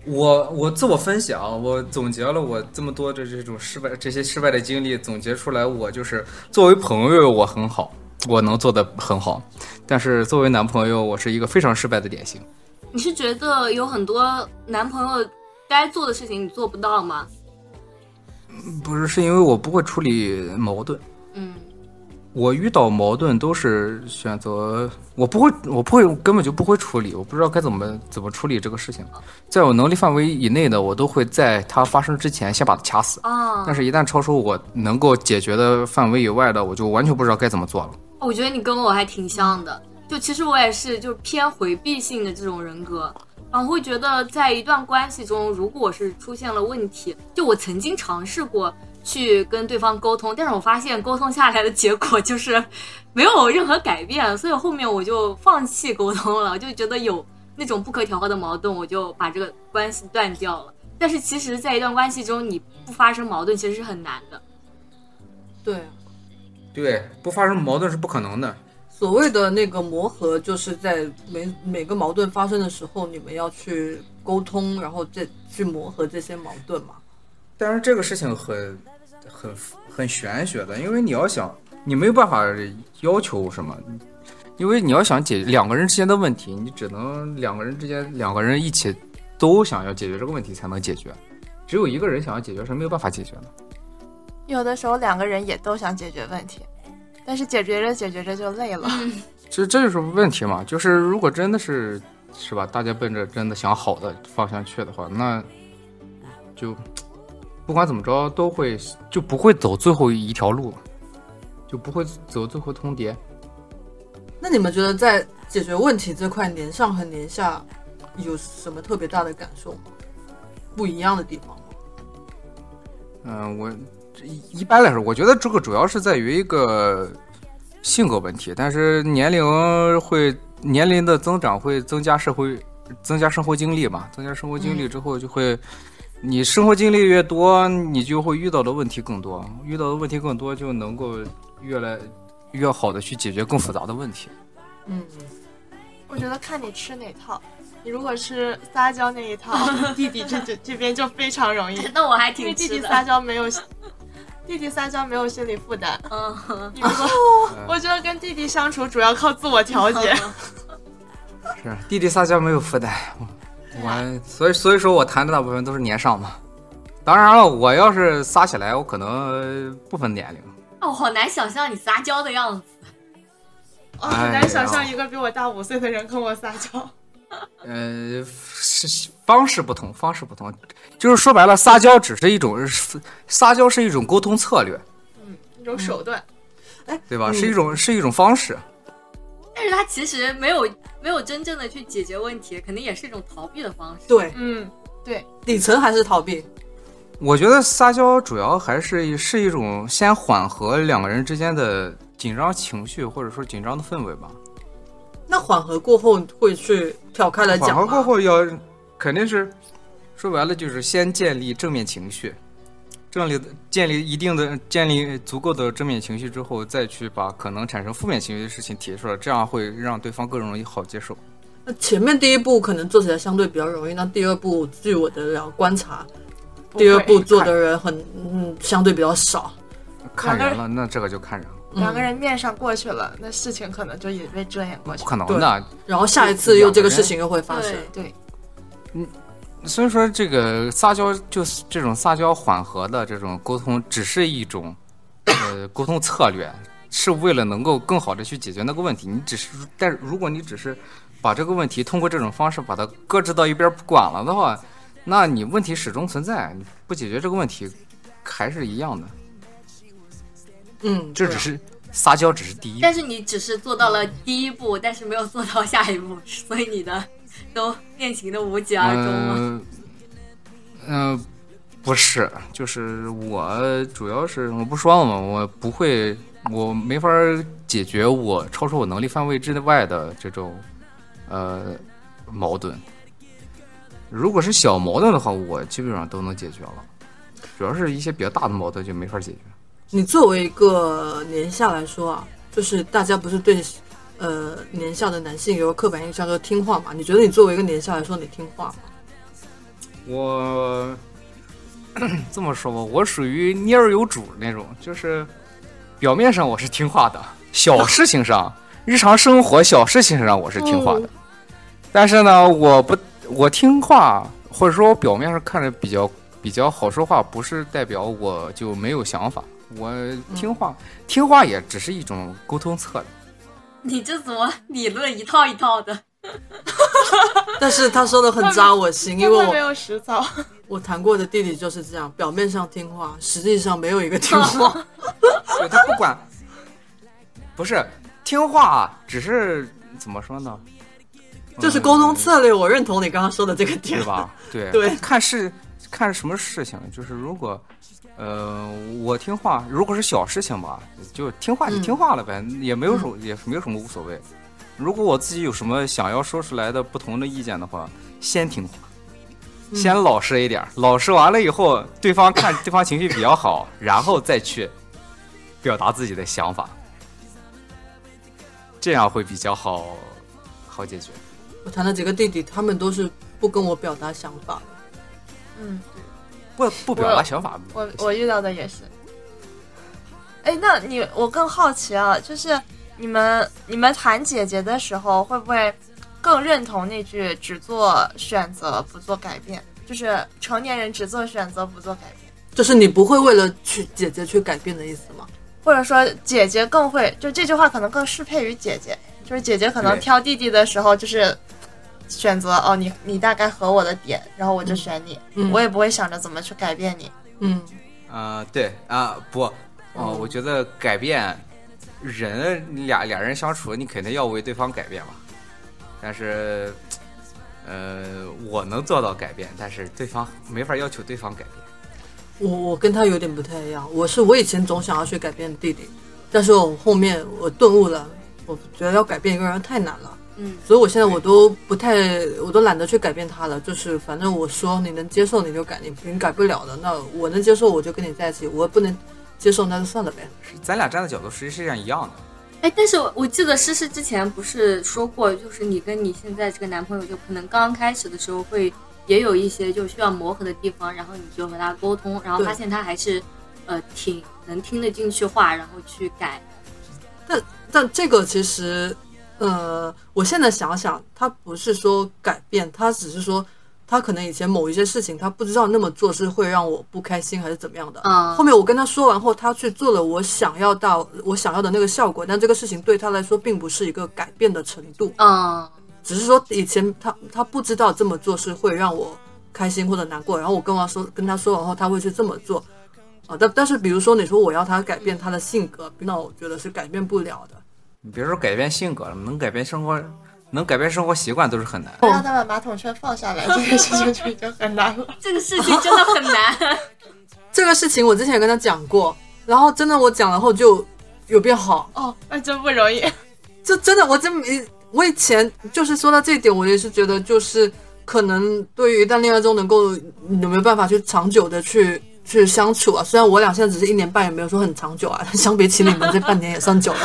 D: 我我自我分析啊，我总结了我这么多的这种失败，这些失败的经历，总结出来，我就是作为朋友我很好，我能做的很好，但是作为男朋友，我是一个非常失败的典型。
B: 你是觉得有很多男朋友该做的事情你做不到吗？
D: 不是，是因为我不会处理矛盾，
B: 嗯
D: 我遇到矛盾都是选择，我不会，我不会，我根本就不会处理，我不知道该怎么怎么处理这个事情，在我能力范围以内的，我都会在它发生之前先把它掐死。
B: 啊
D: 但，是，一旦超出我能够解决的范围以外的，我就完全不知道该怎么做了。
B: 哦我觉得你跟我还挺像的，就其实我也是就偏回避性的这种人格。啊，我会觉得在一段关系中，如果我是出现了问题，就我曾经尝试过去跟对方沟通，但是我发现沟通下来的结果就是 没有任何改变，所以后面我就放弃沟通了，我就觉得有那种不可调和的矛盾，我就把这个关系断掉了。但是其实，在一段关系中，你不发生矛盾其实是很难的。
C: 对，
D: 对，不发生矛盾是不可能的。
C: 所谓的那个磨合，就是在每每个矛盾发生的时候，你们要去沟通，然后再去磨合这些矛盾嘛。
D: 但是这个事情很、很、很玄学的，因为你要想，你没有办法要求什么，因为你要想解两个人之间的问题，你只能两个人之间两个人一起都想要解决这个问题才能解决，只有一个人想要解决是没有办法解决的。
G: 有的时候两个人也都想解决问题，但是解决着解决着就累了。
D: 这这就是问题嘛，就是如果真的是是吧，大家奔着真的想好的方向去的话，那就不管怎么着都会就不会走最后一条路了，就不会走最后通牒。
C: 那你们觉得在解决问题这块，年上和年下有什么特别大的感受吗？不一样的地方吗？
D: 嗯，我这一一般来说，我觉得这个主要是在于一个性格问题，但是年龄会年龄的增长会增加社会增加生活经历嘛，增加生活经历之后就会，你生活经历越多，你就会遇到的问题更多，遇到的问题更多就能够越来越好的去解决更复杂的问题。
C: 嗯，
G: 我觉得看你吃哪套，
E: 你如果吃撒娇那一 套，弟弟这这这边就非常容易，
B: 那我还
E: 因为
B: 挺
E: 弟
B: 吃
E: 弟
B: 的。
E: 撒娇没有，弟弟撒娇没有心理负担。
B: 嗯，哦
E: 你如果我觉得跟弟弟相处主要靠自我调
C: 哎
E: 节。
D: 是弟弟撒娇没有负担，我所以所以说我谈的大部分都是年上嘛。当然了，我要是撒起来，我可能不分年龄。
B: 啊我好难想象你撒娇的样子。
E: 哦，
D: 哎呀
E: 很难想象一个比我大五岁的人跟我撒娇。
D: 呃，是方式不同，方式不同，就是说白了，撒娇只是一种，是撒娇是一种沟通策略，
E: 嗯，一种手段。
D: 对吧？是一种是一种方式，
B: 但是他其实没有没有真正的去解决问题，肯定也是一种逃避的方式。
C: 对，
E: 嗯，
C: 底层还是逃避。
D: 我觉得撒娇主要还是是一种先缓和两个人之间的紧张情绪，或者说紧张的氛围吧。
C: 那缓和过后会去挑开来讲
D: 缓
C: 吗
D: 和过，后要肯定是说白了就是先建立正面情绪，建立建立一定的建立足够的正面情绪之后，再去把可能产生负面情绪的事情提出来，这样会让对方更容易好接受。
C: 那前面第一步可能做起来相对比较容易，那第二步据我的了观察，
E: 不会
C: 第二步做的人很嗯相对比较少。
D: 看
E: 两
D: 人
E: 个
D: 了，那这个就看人了，
E: 两个人面上过去了，那事情可能就也被遮掩过去
D: 不。可能的。
C: 然后下一次又这个事情又会发生。
B: 对
E: 对，
D: 所以说，这个撒娇就是这种撒娇缓和的这种沟通，只是一种呃沟通策略，是为了能够更好的去解决那个问题。你只是，但是如果你只是把这个问题通过这种方式把它搁置到一边不管了的话，那你问题始终存在，你不解决这个问题还是一样的。
C: 嗯，
D: 这
C: 对
D: 只
C: 啊
D: 是撒娇，只是第一步
B: 但。是你只是做到了第一步，但是没有做到下一步，所以你的都恋情都无疾而终了。
D: 嗯、呃不是，就是我主要是我不说了嘛，我不会，我没法解决我超出我能力范围之外的这种呃矛盾。如果是小矛盾的话，我基本上都能解决了，主要是一些比较大的矛盾就没法解决。
C: 你作为一个年下来说啊，就是大家不是对呃年下的男性有个刻板印象，就是听话嘛。你觉得你作为一个年下来说，你听话 吗？
D: 我 这么说吧，我属于蔫儿有主那种，就是表面上我是听话的，小事情上、日常生活小事情上我是听
C: 哦
D: 话的，但是呢，我不我听话，或者说我表面上看着比较比较好说话，不是代表我就没有想法。我听话，
C: 嗯
D: 听话也只是一种沟通策略。
B: 你这怎么理论一套一套的？
C: 但是他说的很扎我心，因
E: 因
C: 为
E: 为没
C: 我
E: 有实操，
C: 我谈过的弟弟就是这样，表面上听话，实际上没有一个听话。
D: 对他不管，不是听话，只是怎么说呢？
C: 就是沟通策略，我认同你刚刚说的这个点
D: 对？ 吧？对
C: 对
D: 看事看什么事情，就是如果，呃，我听话，如果是小事情吧，就听
E: 嗯
D: 话就听话了呗，也没有什么、也没有什么无所谓。如果我自己有什么想要说出来的不同的意见的话，先听话，
E: 嗯
D: 先老实一点儿，老实完了以后，对方 看对方情绪比较好，然后再去表达自己的想法，这样会比较好好解决。
C: 我谈了几个弟弟，他们都是不跟我表达想法的。
D: 不不表达想法，
E: 我我遇到的也是。哎，那你我更好奇啊，就是你们你们谈姐姐的时候，会不会
G: 更认同那句“只做选择，不做改变”，就是成年人只做选择，不做改变。
C: 就是你不会为了去姐姐去改变的意思吗？
G: 或者说姐姐更会，就这句话可能更适配于姐姐，就是姐姐可能
D: 对
G: 挑弟弟的时候就是选择哦，你你大概合我的点，然后我就选你，
C: 嗯
G: 我也不会想着怎么去改变你。
C: 嗯，
D: 啊、对啊、不，哦、我觉得改变人俩俩人相处，你肯定要为对方改变嘛。但是，呃，我能做到改变，但是对方没法要求对方改变。
C: 我我跟他有点不太一样，我是我以前总想要去改变弟弟，但是我后面我顿悟了，我觉得要改变一个人太难了。
B: 嗯，
C: 所以我现在我都不太，我都懒得去改变他了。就是反正我说你能接受你就改，你你改不了的，那我能接受我就跟你在一起，我不能接受那就算了呗。
D: 咱俩站的角度实际上一样的，
B: 哎，但是我我记得诗诗之前不是说过，就是你跟你现在这个男朋友，就可能刚开始的时候会也有一些就需要磨合的地方，然后你就和他沟通，然后
C: 对
B: 发现他还是呃挺能听得进去话，然后去改。
C: 但但这个其实，呃，我现在想想，他不是说改变，他只是说他可能以前某一些事情他不知道那么做是会让我不开心还是怎么样的。
B: 嗯
C: 后面我跟他说完后，他去做了我想要到我想要的那个效果，但这个事情对他来说并不是一个改变的程度，
B: 嗯，
C: 只是说以前他他不知道这么做是会让我开心或者难过，然后我跟我说跟他说完后，他会去这么做。啊，但但是比如说你说我要他改变他的性格，那我觉得是改变不了的。
D: 你别说改变性格了，能改变生活，能改变生活习惯都是很难。
G: 不
C: 哦
G: 让他把马桶圈放下来，这个事情就已经很难了。
B: 这个事情真的很难。
C: 这个事情我之前也跟他讲过，然后真的我讲了后就有变好，
E: 哦，那真不容易。
C: 这真的我真没，我以前就是说到这一点，我也是觉得就是可能对于一段恋爱中能够有没有办法去长久的去去相处啊，虽然我俩现在只是一年半，也没有说很长久啊，相比起你们这半年也算久了。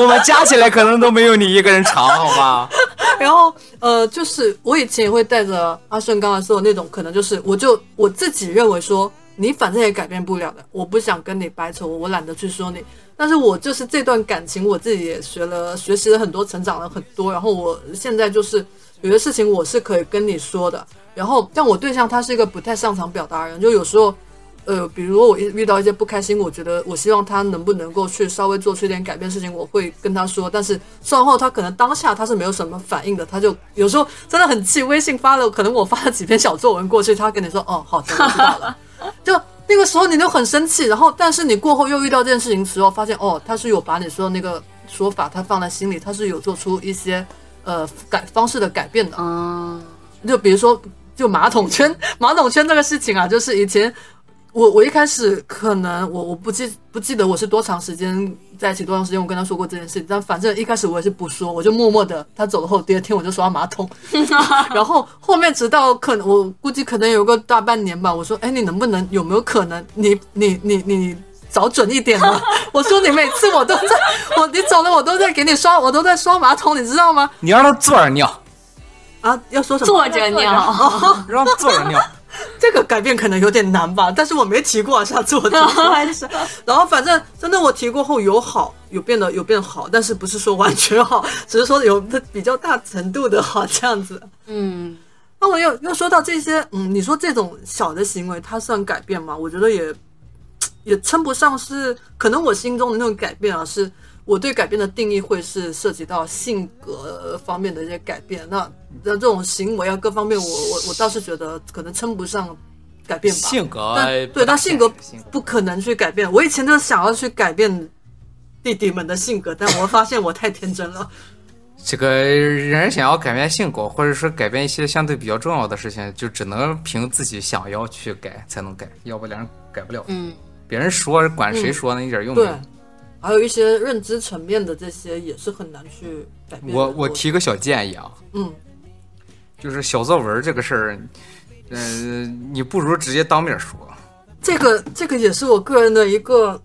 D: 我们加起来可能都没有你一个人长，好吗？
C: 然后呃，就是我以前也会带着阿顺刚才说的那种，可能就是我就我自己认为说，你反正也改变不了的，我不想跟你掰扯，我懒得去说你。但是我就是这段感情，我自己也学了，学习了很多，成长了很多。然后我现在就是有些事情我是可以跟你说的。然后像我对象，他是一个不太擅长表达的人，就有时候呃，比如我遇到一些不开心，我觉得我希望他能不能够去稍微做出一点改变事情，我会跟他说。但是算后他可能当下他是没有什么反应的，他就有时候真的很气，微信发了，可能我发了几篇小作文过去，他跟你说哦好的，我知道了，就。那个时候你就很生气，然后但是你过后又遇到这件事情的时候，发现哦，他是有把你说的那个说法他放在心里，他是有做出一些呃改方式的改变的。
B: 嗯，
C: 就比如说，就马桶圈，马桶圈这个事情啊，就是以前我我一开始可能我我不记不记得我是多长时间在一起，多长时间我跟他说过这件事情，但反正一开始我也是不说，我就默默的，他走了后，第二天我就刷马桶，然后后面直到可能我估计可能有个大半年吧，我说，哎，你能不能有没有可能你你你你找准一点呢？ 我说你每次我都在我你走了我都在给你刷，我都在刷马桶，你知道吗？
D: 你让他坐着尿，
C: 啊，要说什么？
B: 坐着尿，
D: 让他坐着尿。
C: 这个改变可能有点难吧，但是我没提过，下次我提过。然后反正真的我提过后有好，有变得有变好，但是不是说完全好，只是说有比较大程度的好这样子。
B: 嗯，
C: 那我又又说到这些，嗯，你说这种小的行为，它算改变吗？我觉得也也称不上是，可能我心中的那种改变啊，是我对改变的定义会是涉及到性格方面的一些改变。那那这种行为啊，各方面我，我我倒是觉得可能称不上改变吧。
D: 性格啊
C: 但
D: 不
C: 对，
D: 大
C: 但性格
D: 性格
C: 不可能去改变。我以前就想要去改变弟弟们的性格，但我发现我太天真了。
D: 这个人想要改变性格，或者说改变一些相对比较重要的事情，就只能凭自己想要去改才能改，要不然改不了。
B: 嗯，
D: 别人说管谁说呢，一点用没
C: 对
D: 有。，
C: 还有一些认知层面的这些也是很难去改变的。
D: 我我提个小建议啊，
C: 嗯，
D: 就是小作文这个事儿，呃，你不如直接当面说。
C: 这个这个也是我个人的一个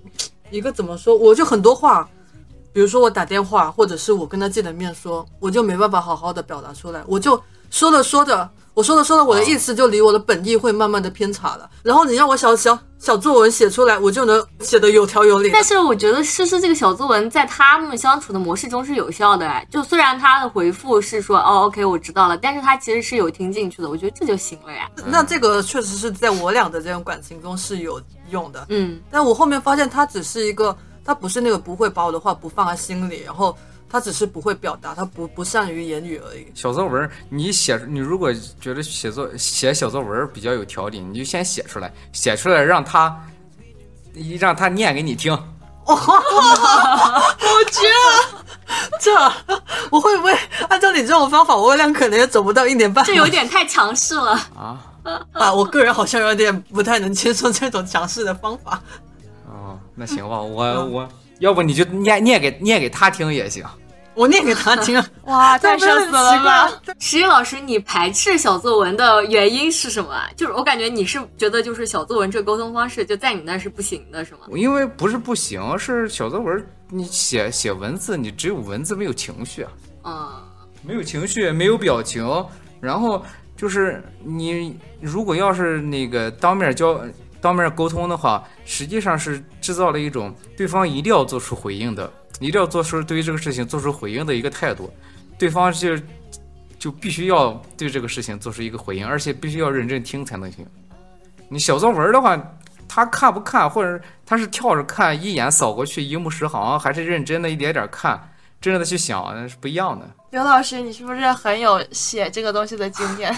C: 一个怎么说，我就很多话，比如说我打电话，或者是我跟他见了面说，我就没办法好好的表达出来，我就说着说着，我说着说着，我
D: 啊
C: 的意思就离我的本意会慢慢的偏差了。然后你让我小小小作文写出来，我就能写的有条有理。
D: 嗯
B: 但是我觉得诗诗这个小作文在他们相处的模式中是有效的哎，就虽然他的回复是说哦 OK 我知道了，但是他其实是有听进去的，我觉得这就行了呀。
C: 那这个确实是在我俩的这种感情中是有用的。
B: 嗯，
C: 但我后面发现他只是一个，他不是那个不会把我的话不放在心里，然后他只是不会表达，他不不善于言语而已。
D: 小作文，你写你如果觉得写作写小作文比较有条理，你就先写出来，写出来让他让他念给你听。
C: 这我会不会按照你这种方法，我俩可能也走不到一年半
B: 这有点太强势了。
C: 吧？我个人好像有点不太能接受这种强势的方法。
D: 哦，那行吧，我我要不你就念念给念给他听也行。
C: 我念给他 听，啊
G: 哇，太社死了吧！
B: 石英老师，你排斥小作文的原因是什么啊？就是我感觉你是觉得就是小作文这个沟通方式就在你那儿是不行的，是吗？
D: 因为不是不行，是小作文你写写文字，你只有文字没有情绪啊。
B: 嗯。
D: 没有情绪，没有表情，然后就是你如果要是那个当面交、当面沟通的话，实际上是制造了一种对方一定要做出回应的，一定要做出对于这个事情做出回应的一个态度，对方就就必须要对这个事情做出一个回应，而且必须要认真听才能行。你小作文的话，他看不看，或者他是跳着看，一眼扫过去一目十行，啊还是认真的一点点看，真正的去想，那是不一样的
G: 刘老师，你是不是很有写这个东西的经 验？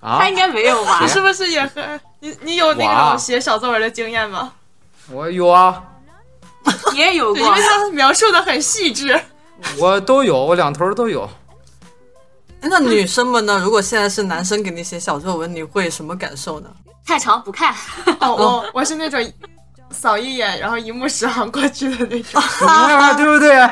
D: 啊。
B: 他应该没有吧
D: 谁？
E: 是不是也很你你有那
D: 哇
E: 种写小作文的经验吗？
D: 我有啊，
B: 你也有
E: 对，
B: 过
E: 因为，他描述的很细致。
D: 我都有，我两头儿都有。
C: 哎那女生们呢？如果现在是男生给你写小作文，你会什么感受呢？
B: 太长不看。
G: 嗯
E: 哦，我我是那种扫一眼然后一目十行过去的那种。
G: 哦
D: 你看看对不 对？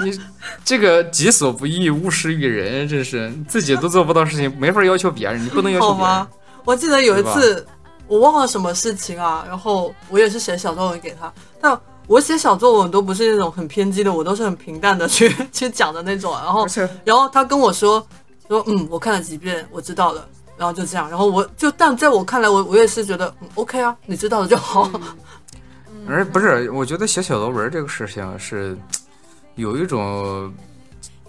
D: 你这个己所不欲，勿施于人，真是自己都做不到事情，没法要求别人，你不能要求
C: 好
D: 别人
C: 吗。？我记得有一次，我忘了什么事情啊，然后我也是写小作文给他，但我写小作文都不是那种很偏激的，我都是很平淡的去 去讲的那种。啊然后
D: 而且，
C: 然后他跟我说说，嗯，我看了几遍，我知道了。然后就这样，然后我就，但在我看来，我我也是觉得、嗯、OK 啊，你知道了就好。
D: 而不是，我觉得写小作文这个事情是有一种，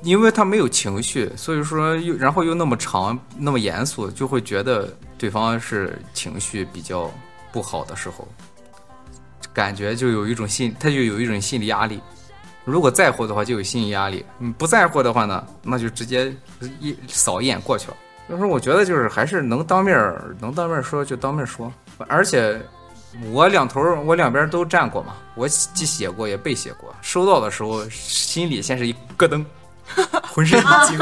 D: 因为他没有情绪，所以说又然后又那么长那么严肃，就会觉得对方是情绪比较不好的时候，感觉就有一种心，他就有一种心理压力。如果在乎的话，就有心理压力；嗯，不在乎的话呢，那就直接一扫一眼过去了。就是我觉得，就是还是能当面儿能当面儿说就当面儿说，而且我两头儿，我两边儿都站过嘛，我既写过也被写过。收到的时候，心里先是一咯噔，浑身一惊。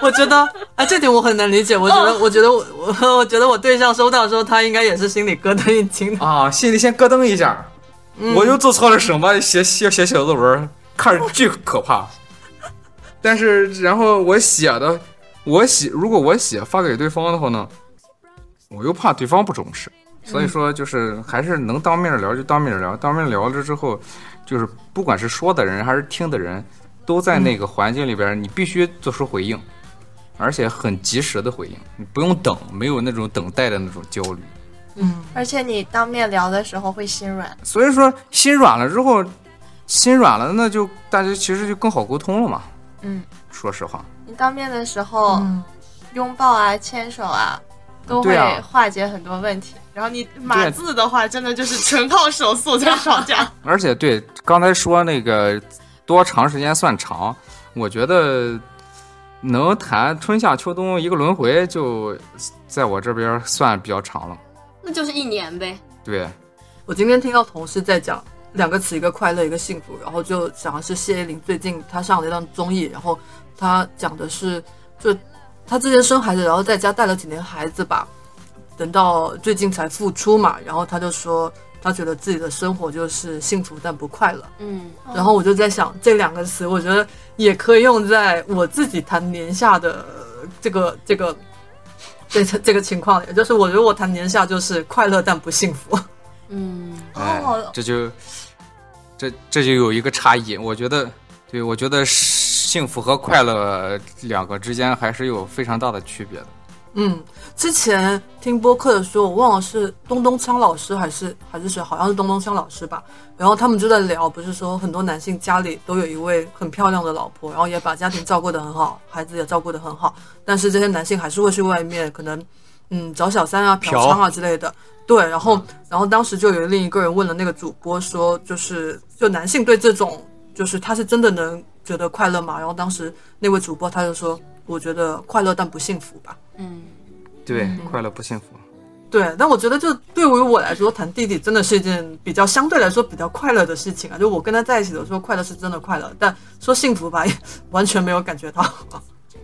C: 我觉得，哎，这点我很能理解。我觉得，我觉得我， 我我觉得我对象收到的时候，他应该也是心里咯噔一惊的。
D: 啊，心里先咯噔一下，我又做错了什么？写写写小作文，看着巨可怕。但是，然后我写的，我写如果我写发给对方的话呢，我又怕对方不重视，所以说就是还是能当面聊就当面聊，当面聊了之后，就是不管是说的人还是听的人，都在那个环境里边，你必须做出回应，而且很及时的回应，你不用等，没有那种等待的那种焦虑。
G: 而且你当面聊的时候会心软，
D: 所以说心软了之后，心软了，那就大家其实就更好沟通了嘛。
G: 嗯，
D: 说实话，
G: 你当面的时候、拥抱啊、牵手啊，都
D: 对
G: 会
D: 啊
G: 化解很多问题。
E: 然后你码字的话，真的就是纯靠手速在吵架。
D: 而且对刚才说那个多长时间算长，我觉得能谈春夏秋冬一个轮回，就在我这边算比较长了。
B: 那就是一年呗。
D: 对，
C: 我今天听到同事在讲两个词，一个快乐，一个幸福，然后就讲的是谢依霖最近她上了一档综艺，然后她讲的是就她之前生孩子，然后在家带了几年孩子吧，等到最近才复出嘛，然后她就说她觉得自己的生活就是幸福但不快乐，
B: 嗯，
C: 然后我就在想这两个词，我觉得也可以用在我自己谈年下的这个这个。这这这个情况里，就是我觉得我谈年下就是快乐但不幸福。
B: 嗯
D: 哎
G: 哦，
D: 这就这这就有一个差异。我觉得，对我觉得是幸福和快乐两个之间还是有非常大的区别的。
C: 嗯，之前听播客的时候，我忘了是东东锵老师还是还是谁，好像是东东锵老师吧。然后他们就在聊，不是说很多男性家里都有一位很漂亮的老婆，然后也把家庭照顾得很好，孩子也照顾得很好，但是这些男性还是会去外面可能，嗯，找小三啊、嫖娼啊之类的。对，然后然后当时就有另一个人问了那个主播说，就是就男性对这种，就是他是真的能觉得快乐吗？然后当时那位主播他就说，我觉得快乐但不幸福吧。
B: 嗯，
D: 对，快乐不幸福。
C: 对，但我觉得就对于我来说，谈弟弟真的是一件比较相对来说比较快乐的事情啊。就我跟他在一起的时候，快乐是真的快乐，但说幸福吧，也 完全没有感觉到。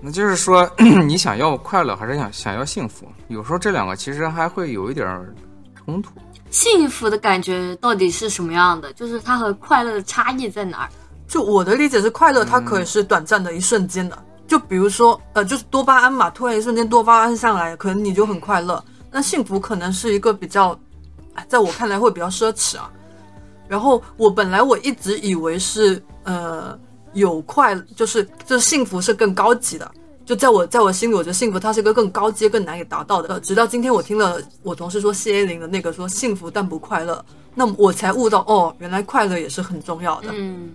D: 那就是说， 你想要快乐还是想想要幸福？有时候这两个其实还会有一点儿冲突。
B: 幸福的感觉到底是什么样的？就是它和快乐的差异在哪儿？
C: 就我的理解是，快乐它可以是短暂的、一瞬间的。就比如说，呃，就是多巴胺嘛，突然一瞬间多巴胺上来，可能你就很快乐。那幸福可能是一个比较，哎在我看来会比较奢侈啊。然后我本来我一直以为是呃有快，就是就是幸福是更高级的。就在我在我心里，我觉得幸福它是一个更高阶、更难以达到的。呃直到今天我听了我同事说谢依霖的那个说幸福但不快乐，那么我才悟到哦，原来快乐也是很重要的。
B: 嗯，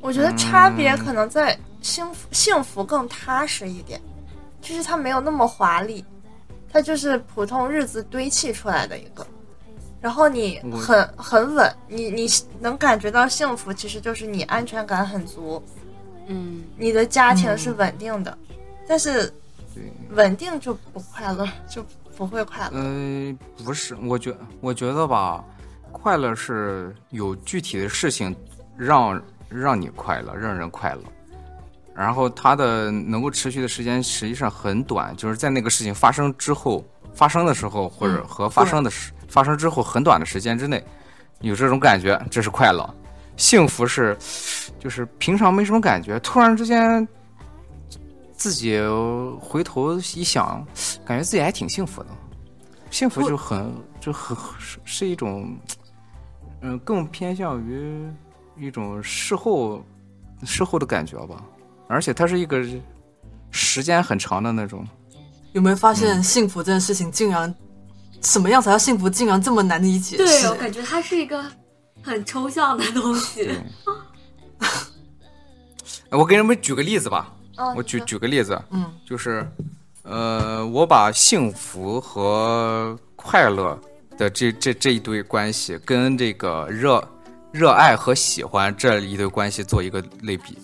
G: 我觉得差
D: 嗯
G: 别可能在幸福幸福更踏实一点，就是它没有那么华丽，它就是普通日子堆砌出来的一个。然后你
D: 我
G: 很很稳，你你能感觉到幸福，其实就是你安全感很足，
B: 嗯，
G: 你的家庭是稳定的，但是
D: 嗯对，
G: 稳定就不快乐，就不会快乐。
D: 呃，不是，我觉我觉得吧，快乐是有具体的事情让让你快乐，让人快乐。然后它的能够持续的时间实际上很短，就是在那个事情发生之后、发生的时候，或者和发生的时、发生之后很短的时间之内，有这种感觉，这是快乐。幸福是，就是平常没什么感觉，突然之间自己回头一想，感觉自己还挺幸福的。幸福就很就很是是一种，嗯、更偏向于一种事后事后的感觉吧，而且它是一个时间很长的那种。
C: 有没有发现幸福这件事情竟然什么样才叫幸福，竟然这么难以解释？
B: 对我感觉它是一个很抽象的东西。
D: 呃我给你们举个例子吧，
G: 嗯，
D: 我举举个例子，
C: 嗯，
D: 就是，呃，我把幸福和快乐的这这这一对关系跟这个热热爱和喜欢这一对关系做一个类比，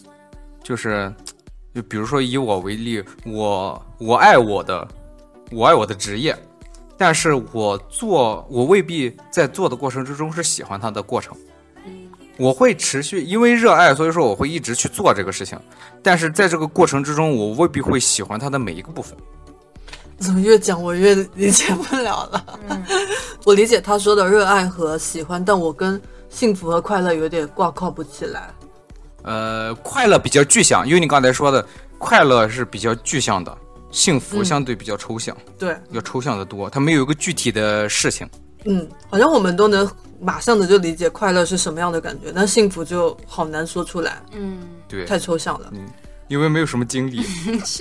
D: 就是，就比如说以我为例，我我爱我的，我爱我的职业，但是我做我未必在做的过程之中是喜欢它的过程。我会持续，因为热爱，所以说我会一直去做这个事情。但是在这个过程之中，我未必会喜欢它的每一个部分。
C: 怎么越讲我越理解不了了？
B: 嗯
C: 我理解他说的热爱和喜欢，但我跟幸福和快乐有点挂靠不起来。
D: 呃，快乐比较具象，因为你刚才说的快乐是比较具象的，幸
C: 嗯
D: 福相对比较抽象，
C: 对，
D: 要抽象的多，它没有一个具体的事情。
C: 嗯，好像我们都能马上的就理解快乐是什么样的感觉，但幸福就好难说出来，
B: 嗯，
D: 对，
C: 太抽象了。
D: 因为没有什么经历。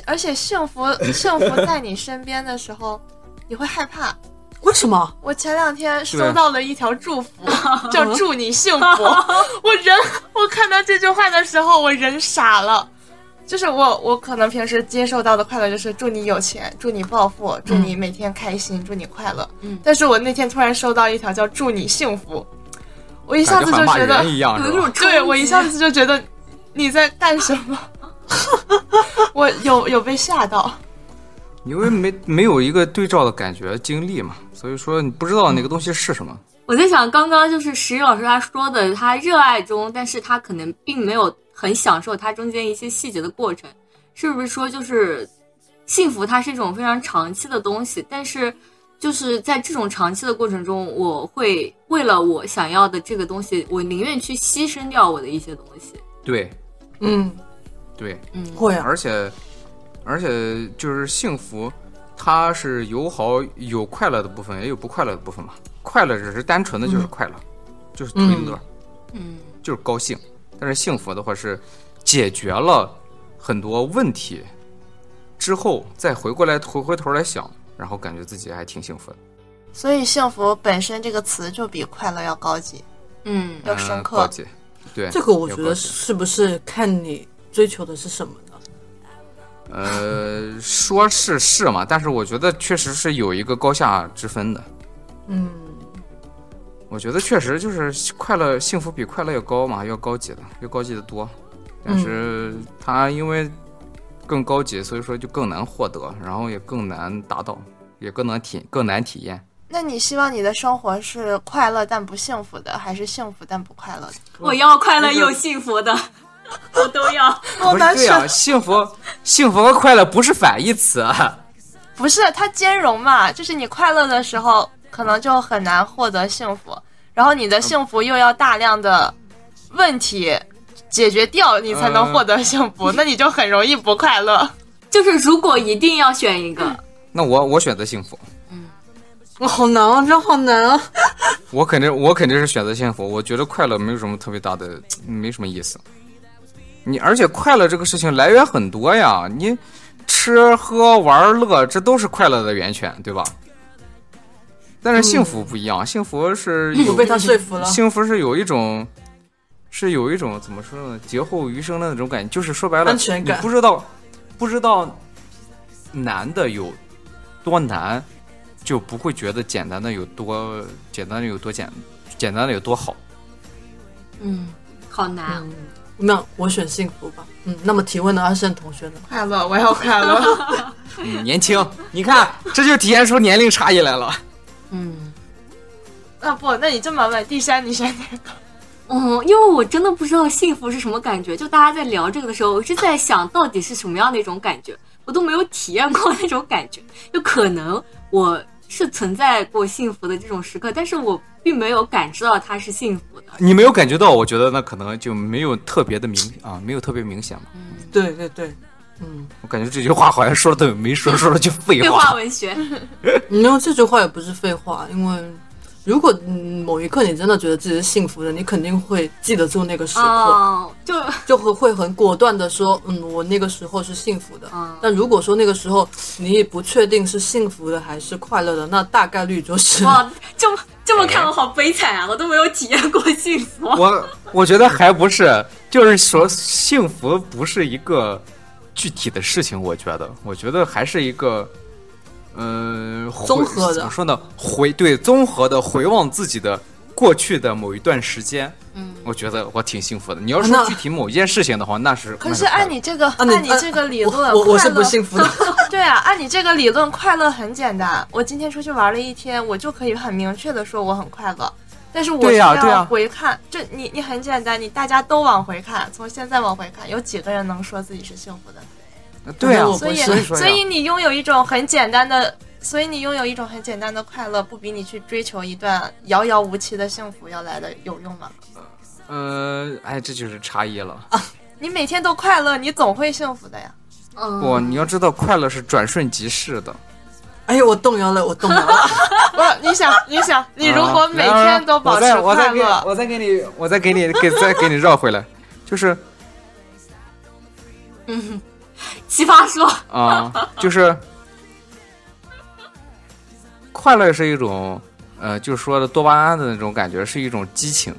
G: 而且幸 福幸福在你身边的时候，你会害怕。
C: 为什么？
G: 我前两天收
D: 对
G: 到了一条祝福， 叫“祝你幸福”。 我人，我看到这句话的时候，我人傻了。就是我，我可能平时接受到的快乐就是祝你有钱，祝你暴富，祝你每天开心，祝你快乐。
B: 嗯
G: 但是我那天突然收到一条叫“祝你幸福”，我一下
D: 感
G: 子
D: 觉喊
G: 就
D: 骂
G: 觉得
D: 人一样，
B: 有一
D: 是吧
B: 种？冲
G: 对我
B: 击
G: 一下子就觉得你在干什 么，我有有被吓到。
D: 因为没没有一个对照的感觉经历嘛，所以说你不知道那个东西是什么。
B: 我在想，刚刚就是石宇老师他说的，他热爱中，但是他可能并没有很享受他中间一些细节的过程，是不是说就是幸福它是一种非常长期的东西，但是就是在这种长期的过程中，我会为了我想要的这个东西，我宁愿去牺牲掉我的一些东西。
D: 对
C: 嗯，
D: 对，
B: 嗯，
C: 会啊，
D: 而且而且就是幸福，它是有好有快乐的部分，也有不快乐的部分嘛。快乐只是单纯的就是快乐，就是图一乐，
B: 嗯，
D: 就是高兴。但是幸福的话是解决了很多问题之后，再回过来回回头来想，然后感觉自己还挺幸福的，
E: 所以幸福本身这个词就比快乐要高级，
B: 嗯，
E: 要深
D: 嗯、高
E: 刻。
D: 级对，
C: 这个我
D: 要
C: 觉
D: 高
C: 得
D: 级
C: 是不是看你追求的是什么呢？
D: 呃，说是是嘛，但是我觉得确实是有一个高下之分的。
C: 嗯，
D: 我觉得确实就是快乐、幸福比快乐要高嘛，要高级的，要高级的多。但是它因为更高级，所以说就更难获得，然后也更难达到，也更难体更难体验。
E: 那你希望你的生活是快乐但不幸福的，还是幸福但不快乐的？
B: 我要快乐又幸福的， 我都要。
D: 不是对呀、幸福、幸福和快乐不是反义词啊。
E: 不是，它兼容嘛，就是你快乐的时候，可能就很难获得幸福，然后你的幸福又要大量的问题解决掉，你才能获得幸福，那你就很容易不快乐。
B: 就是如果一定要选一个，
D: 那我我选择幸福，
C: 我好难啊，这好难啊！
D: 我肯定我肯定是选择幸福。我觉得快乐没有什么特别大的，没什么意思。你而且快乐这个事情来源很多呀，你吃喝玩乐这都是快乐的源泉，对吧？但是幸福不一样，幸福是
C: 我
D: 有
C: 嗯被他说服了。
D: 幸福是有一种，是有一种怎么说呢？劫后余生的那种感觉，就是说白了，
C: 安全感
D: 你不知道，不知道难的有多难，就不会觉得简单的有多简单的有多简简单的有多好。
B: 嗯，好难。
C: 那我选幸福吧。嗯，那么提问的阿胜同学呢？
E: 快乐，我要快乐。
D: 嗯，年轻， 你看，这就体现出年龄差异来了。
B: 嗯
E: 那不，那你这么问，第三 你选哪个？
B: 嗯，因为我真的不知道幸福是什么感觉。就大家在聊这个的时候，我是在想到底是什么样的一种感觉，我都没有体验过那种感觉。就可能我是存在过幸福的这种时刻，但是我并没有感知到它是幸福的。
D: 你没有感觉到，我觉得那可能就没有特别的明啊，没有特别明显嘛。
C: 对对对，嗯，
D: 我感觉这句话好像说的没说，说了句
B: 废话文学，
C: 没有这句话也不是废话，因为如果嗯某一刻你真的觉得自己是幸福的，你肯定会记得住那个时刻。
E: 啊
B: 哦，就
C: 就会会很果断的说，嗯，我那个时候是幸福的。
E: 啊
B: 嗯
C: 但如果说那个时候你也不确定是幸福的还是快乐的，那大概率就是
B: 哇，这么这么看我好悲惨啊！我都没有体验过幸福。
D: 我我觉得还不是，就是说幸福不是一个具体的事情，我觉得，我觉得还是一个，呃，回
C: 综合的
D: 怎么说呢？回对综合的回望自己的过去的某一段时间，嗯，我觉得我挺幸福的。你要说
C: 那
D: 具体某一件事情的话，那是
E: 可
D: 那
E: 是
D: 快乐
E: 按你这个，
C: 啊你
E: 按你这个理论，
C: 我我我是
E: 快乐
C: 不幸 福的。
E: 对啊，按你这个理论，快乐很简单。我今天出去玩了一天，我就可以很明确的说我很快乐。但是我
D: 对
E: 是
D: 呀对
E: 要
D: 呀
E: 回看，就你你很简单，你大家都往回看，从现在往回看，有几个人能说自己是幸福的？
D: 对啊，
C: 我不
E: 所以
C: 是
D: 以说呀
E: 所以你拥有一种很简单的，所以你拥有一种很简单的快乐，不比你去追求一段遥遥无期的幸福要来的有用吗？
D: 呃，哎，这就是差异了。
E: 你每天都快乐，你总会幸福的呀。
B: 嗯，
D: 不，你要知道，快乐是转瞬即逝的。
C: 哎呦，我动摇了，我动摇 了。
E: 不，你想，你想，你如果
D: 啊
E: 每天都保持
D: 来来来我
E: 快
D: 再
E: 乐，
D: 我再给你，我再给你，我再给你，给再给你绕回来，就是
B: 奇葩说，
D: 啊、就是快乐是一种，呃，就是说的多巴胺的那种感觉，是一种激情，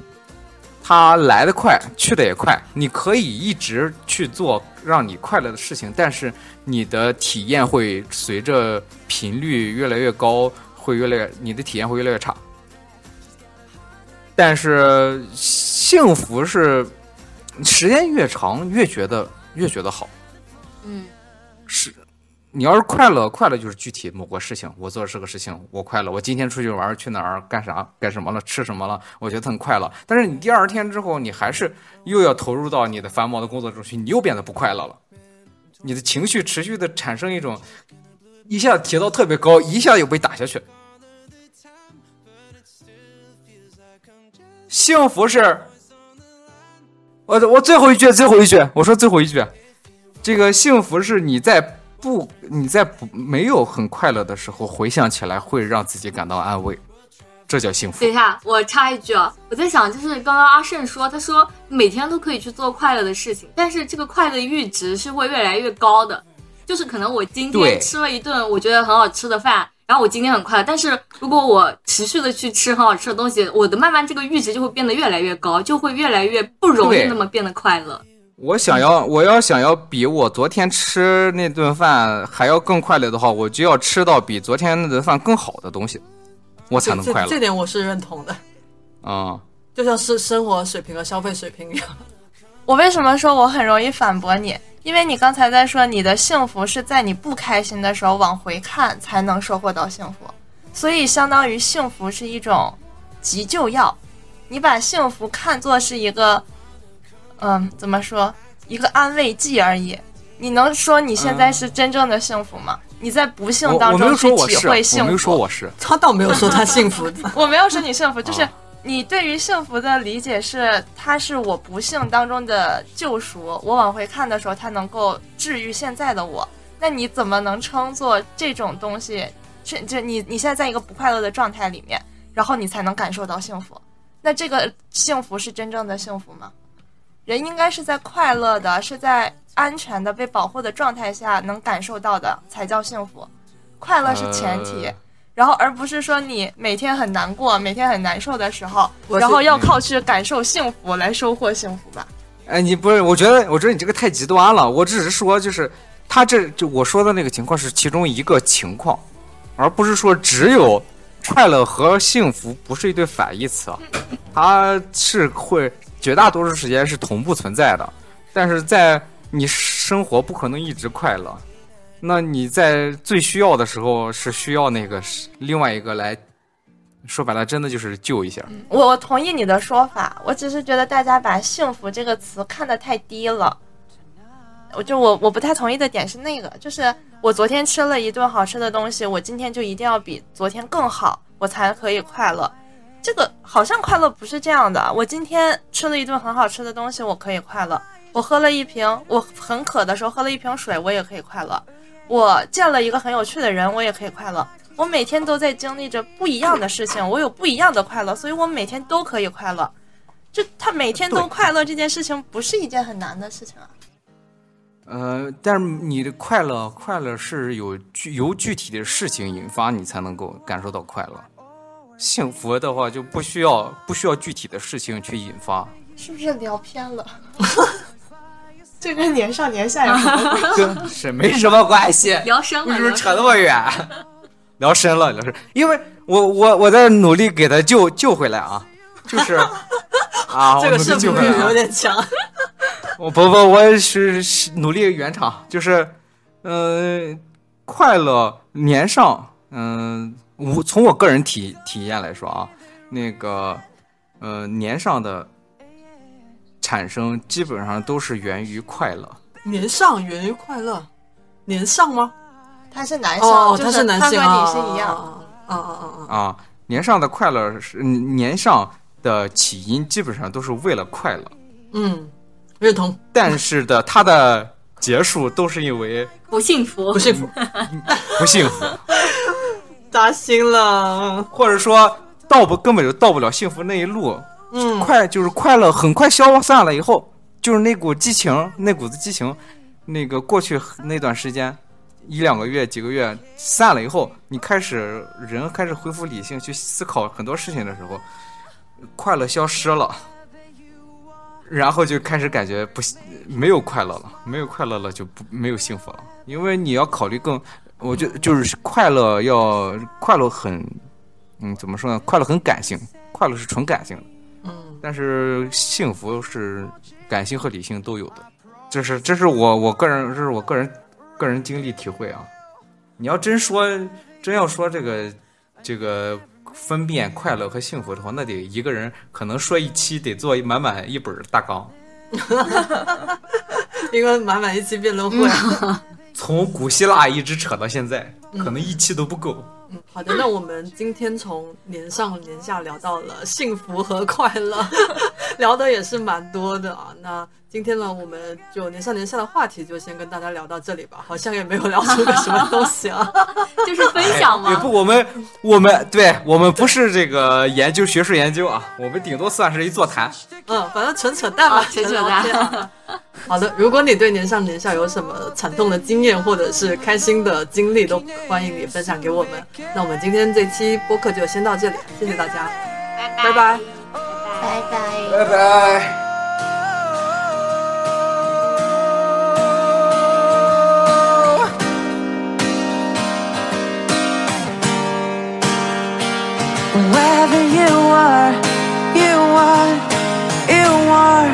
D: 它来得快，去得也快。你可以一直去做让你快乐的事情，但是你的体验会随着频率越来越高，会越来越你的体验会越来越差。但是幸福是时间越长越觉得越觉得好。是，你要是快乐，快乐就是具体某个事情，我做这个事情我快乐，我今天出去玩儿去哪儿干啥干什么了吃什么了，我觉得很快乐。但是你第二天之后，你还是又要投入到你的繁忙的工作中去，你又变得不快乐了，你的情绪持续的产生一种。一下提到特别高，一下又被打下去。幸福是，我我最后一句，最后一句，我说最后一句，啊这个幸福是你在不你在不没有很快乐的时候回想起来，会让自己感到安慰。这叫幸福
B: 等。一下，我插一句啊，我在想，就是刚刚阿胜说，他说每天都可以去做快乐的事情，但是这个快乐阈值是会越来越高的。就是可能我今天
D: 对
B: 吃了一顿我觉得很好吃的饭，然后我今天很快乐，但是如果我持续的去吃很好吃的东西，我的慢慢这个阈值就会变得越来越高，就会越来越不容易
D: 对
B: 那么变得快乐。
D: 我想要，
G: 嗯
D: 我要想要比我昨天吃那顿饭还要更快乐的话，我就要吃到比昨天那顿饭更好的东西，我才
C: 这
D: 能
C: 这
D: 快乐
C: 这。点我是认同的，
D: 啊、
C: 就像是生活水平和消费水平一样。
G: 我为什么说我很容易反驳你？因为你刚才在说你的幸福是在你不开心的时候往回看才能收获到幸福，所以相当于幸福是一种急救药。你把幸福看作是一个，嗯，怎么说，一个安慰剂而已。你能说你现在是真正的幸福吗？你在不幸
D: 嗯我
G: 当
D: 我没
G: 中
D: 有
G: 去
D: 说我
G: 体
D: 是，啊
G: 会幸
D: 我没有
G: 福
D: 说。我是，
C: 他倒没有说他幸福，
G: 我没有说你幸福，就是
D: 啊
G: 你对于幸福的理解是，它是我不幸当中的救赎。我往回看的时候，它能够治愈现在的我。那你怎么能称作这种东西？是这你你现在在一个不快乐的状态里面，然后你才能感受到幸福。那这个幸福是真正的幸福吗？人应该是在快乐的、是在安全的、被保护的状态下能感受到的才叫幸福。快乐是前提。
D: 呃
G: 然后而不是说你每天很难过、每天很难受的时候，
C: 我是
G: 然后要靠去感受幸福来收获幸福吧。
D: 哎，你不是？我觉得，我觉得你这个太极端了。我只是说，就是他这就我说的那个情况是其中一个情况，而不是说只有快乐和幸福不是一对反义词，啊，它是会绝大多数时间是同步存在的。但是在你生活不可能一直快乐，那你在最需要的时候是需要那个是另外一个来，说白了，真的就是救一下。
G: 我我同意你的说法，我只是觉得大家把幸福这个词看得太低了。我就我我不太同意的点是那个，就是我昨天吃了一顿好吃的东西，我今天就一定要比昨天更好，我才可以快乐。这个好像快乐不是这样的。我今天吃了一顿很好吃的东西，我可以快乐；我喝了一瓶，我很渴的时候喝了一瓶水，我也可以快乐；我见了一个很有趣的人，我也可以快乐。我每天都在经历着不一样的事情，我有不一样的快乐，所以我每天都可以快乐。就他每天都快乐这件事情，不是一件很难的事情啊。
D: 呃，但是你的快乐，快乐是有具由具体的事情引发，你才能够感受到快乐。幸福的话就不需要不需要具体的事情去引发，
G: 是不是聊偏了？
E: 这跟年上年下有什么？
D: 跟是没什么关 系。
B: 聊生
D: 为
B: 了，
D: 什么
B: 聊
D: 扯
B: 生
D: 那
B: 了
D: 么远？聊深了，聊深，因为我我我在努力给他救救回来啊，就是 啊，
C: 这
D: 我
C: 个
D: 努
C: 胜
D: 力救
C: 负
D: 回
C: 欲
D: 来啊
C: 有 点强。
D: 我不不，我是是努力圆场，就是，呃，快乐年上，嗯、我从我个人体体验来说啊，那个，呃，年上的产生基本上都是源于快乐，
C: 年上源于快乐，年上吗？
G: 他是男生，哦
C: 哦，
G: 就
C: 他
G: 是
C: 男性
G: 他
C: 啊，
G: 和你是一样。
C: 啊啊啊啊！
D: 啊，年上的快乐是嗯年上的起因基本上都是为了快乐，
C: 嗯，认同，
D: 但是的它的结束都是因为
B: 不幸福
C: 不，幸福，
D: 不幸福，
C: 扎心了。
D: 或者说到不根本就到不了幸福那一路，
C: 嗯，
D: 快就是快乐很快消散了以后，就是那股激情，那股子激情，那个过去那段时间一两个月、几个月散了以后，你开始人开始恢复理性去思考很多事情的时候，快乐消失了，然后就开始感觉不没有快乐了，没有快乐了就不没有幸福了，因为你要考虑更，我觉得就是快乐要快乐很，嗯，怎么说呢？快乐很感性，快乐是纯感性的。但是幸福是感性和理性都有的，这是这是我我个人这是我个人个人经历体会啊。你要真说真要说这个这个分辨快乐和幸福的话，那得一个人可能说一期得做满满一本大纲，
C: 一个满满一期辩论会，
D: 从古希腊一直扯到现在，可能一期都不够。
C: 嗯，好的，那我们今天从年上年下聊到了幸福和快乐， 聊的也是蛮多的啊。那今天呢，我们就年上年下的话题就先跟大家聊到这里吧，好像也没有聊出个什么东西啊。
B: 就是分享
C: 哎
B: 嘛。
D: 也哎不，我们我们对我们不是这个研究学术研究啊，我们顶多算是一座谈。
C: 嗯，反正纯扯淡吧，
B: 扯扯
C: 纯聊天啊。好的，如果你对年上年下有什么惨痛的经验，或者是开心的经历，都欢迎你分享给我们。那我们今天这期播客就先到这里，谢谢大家，拜拜
F: 拜拜。
D: 拜拜。
H: Wherever you are, you are, you are.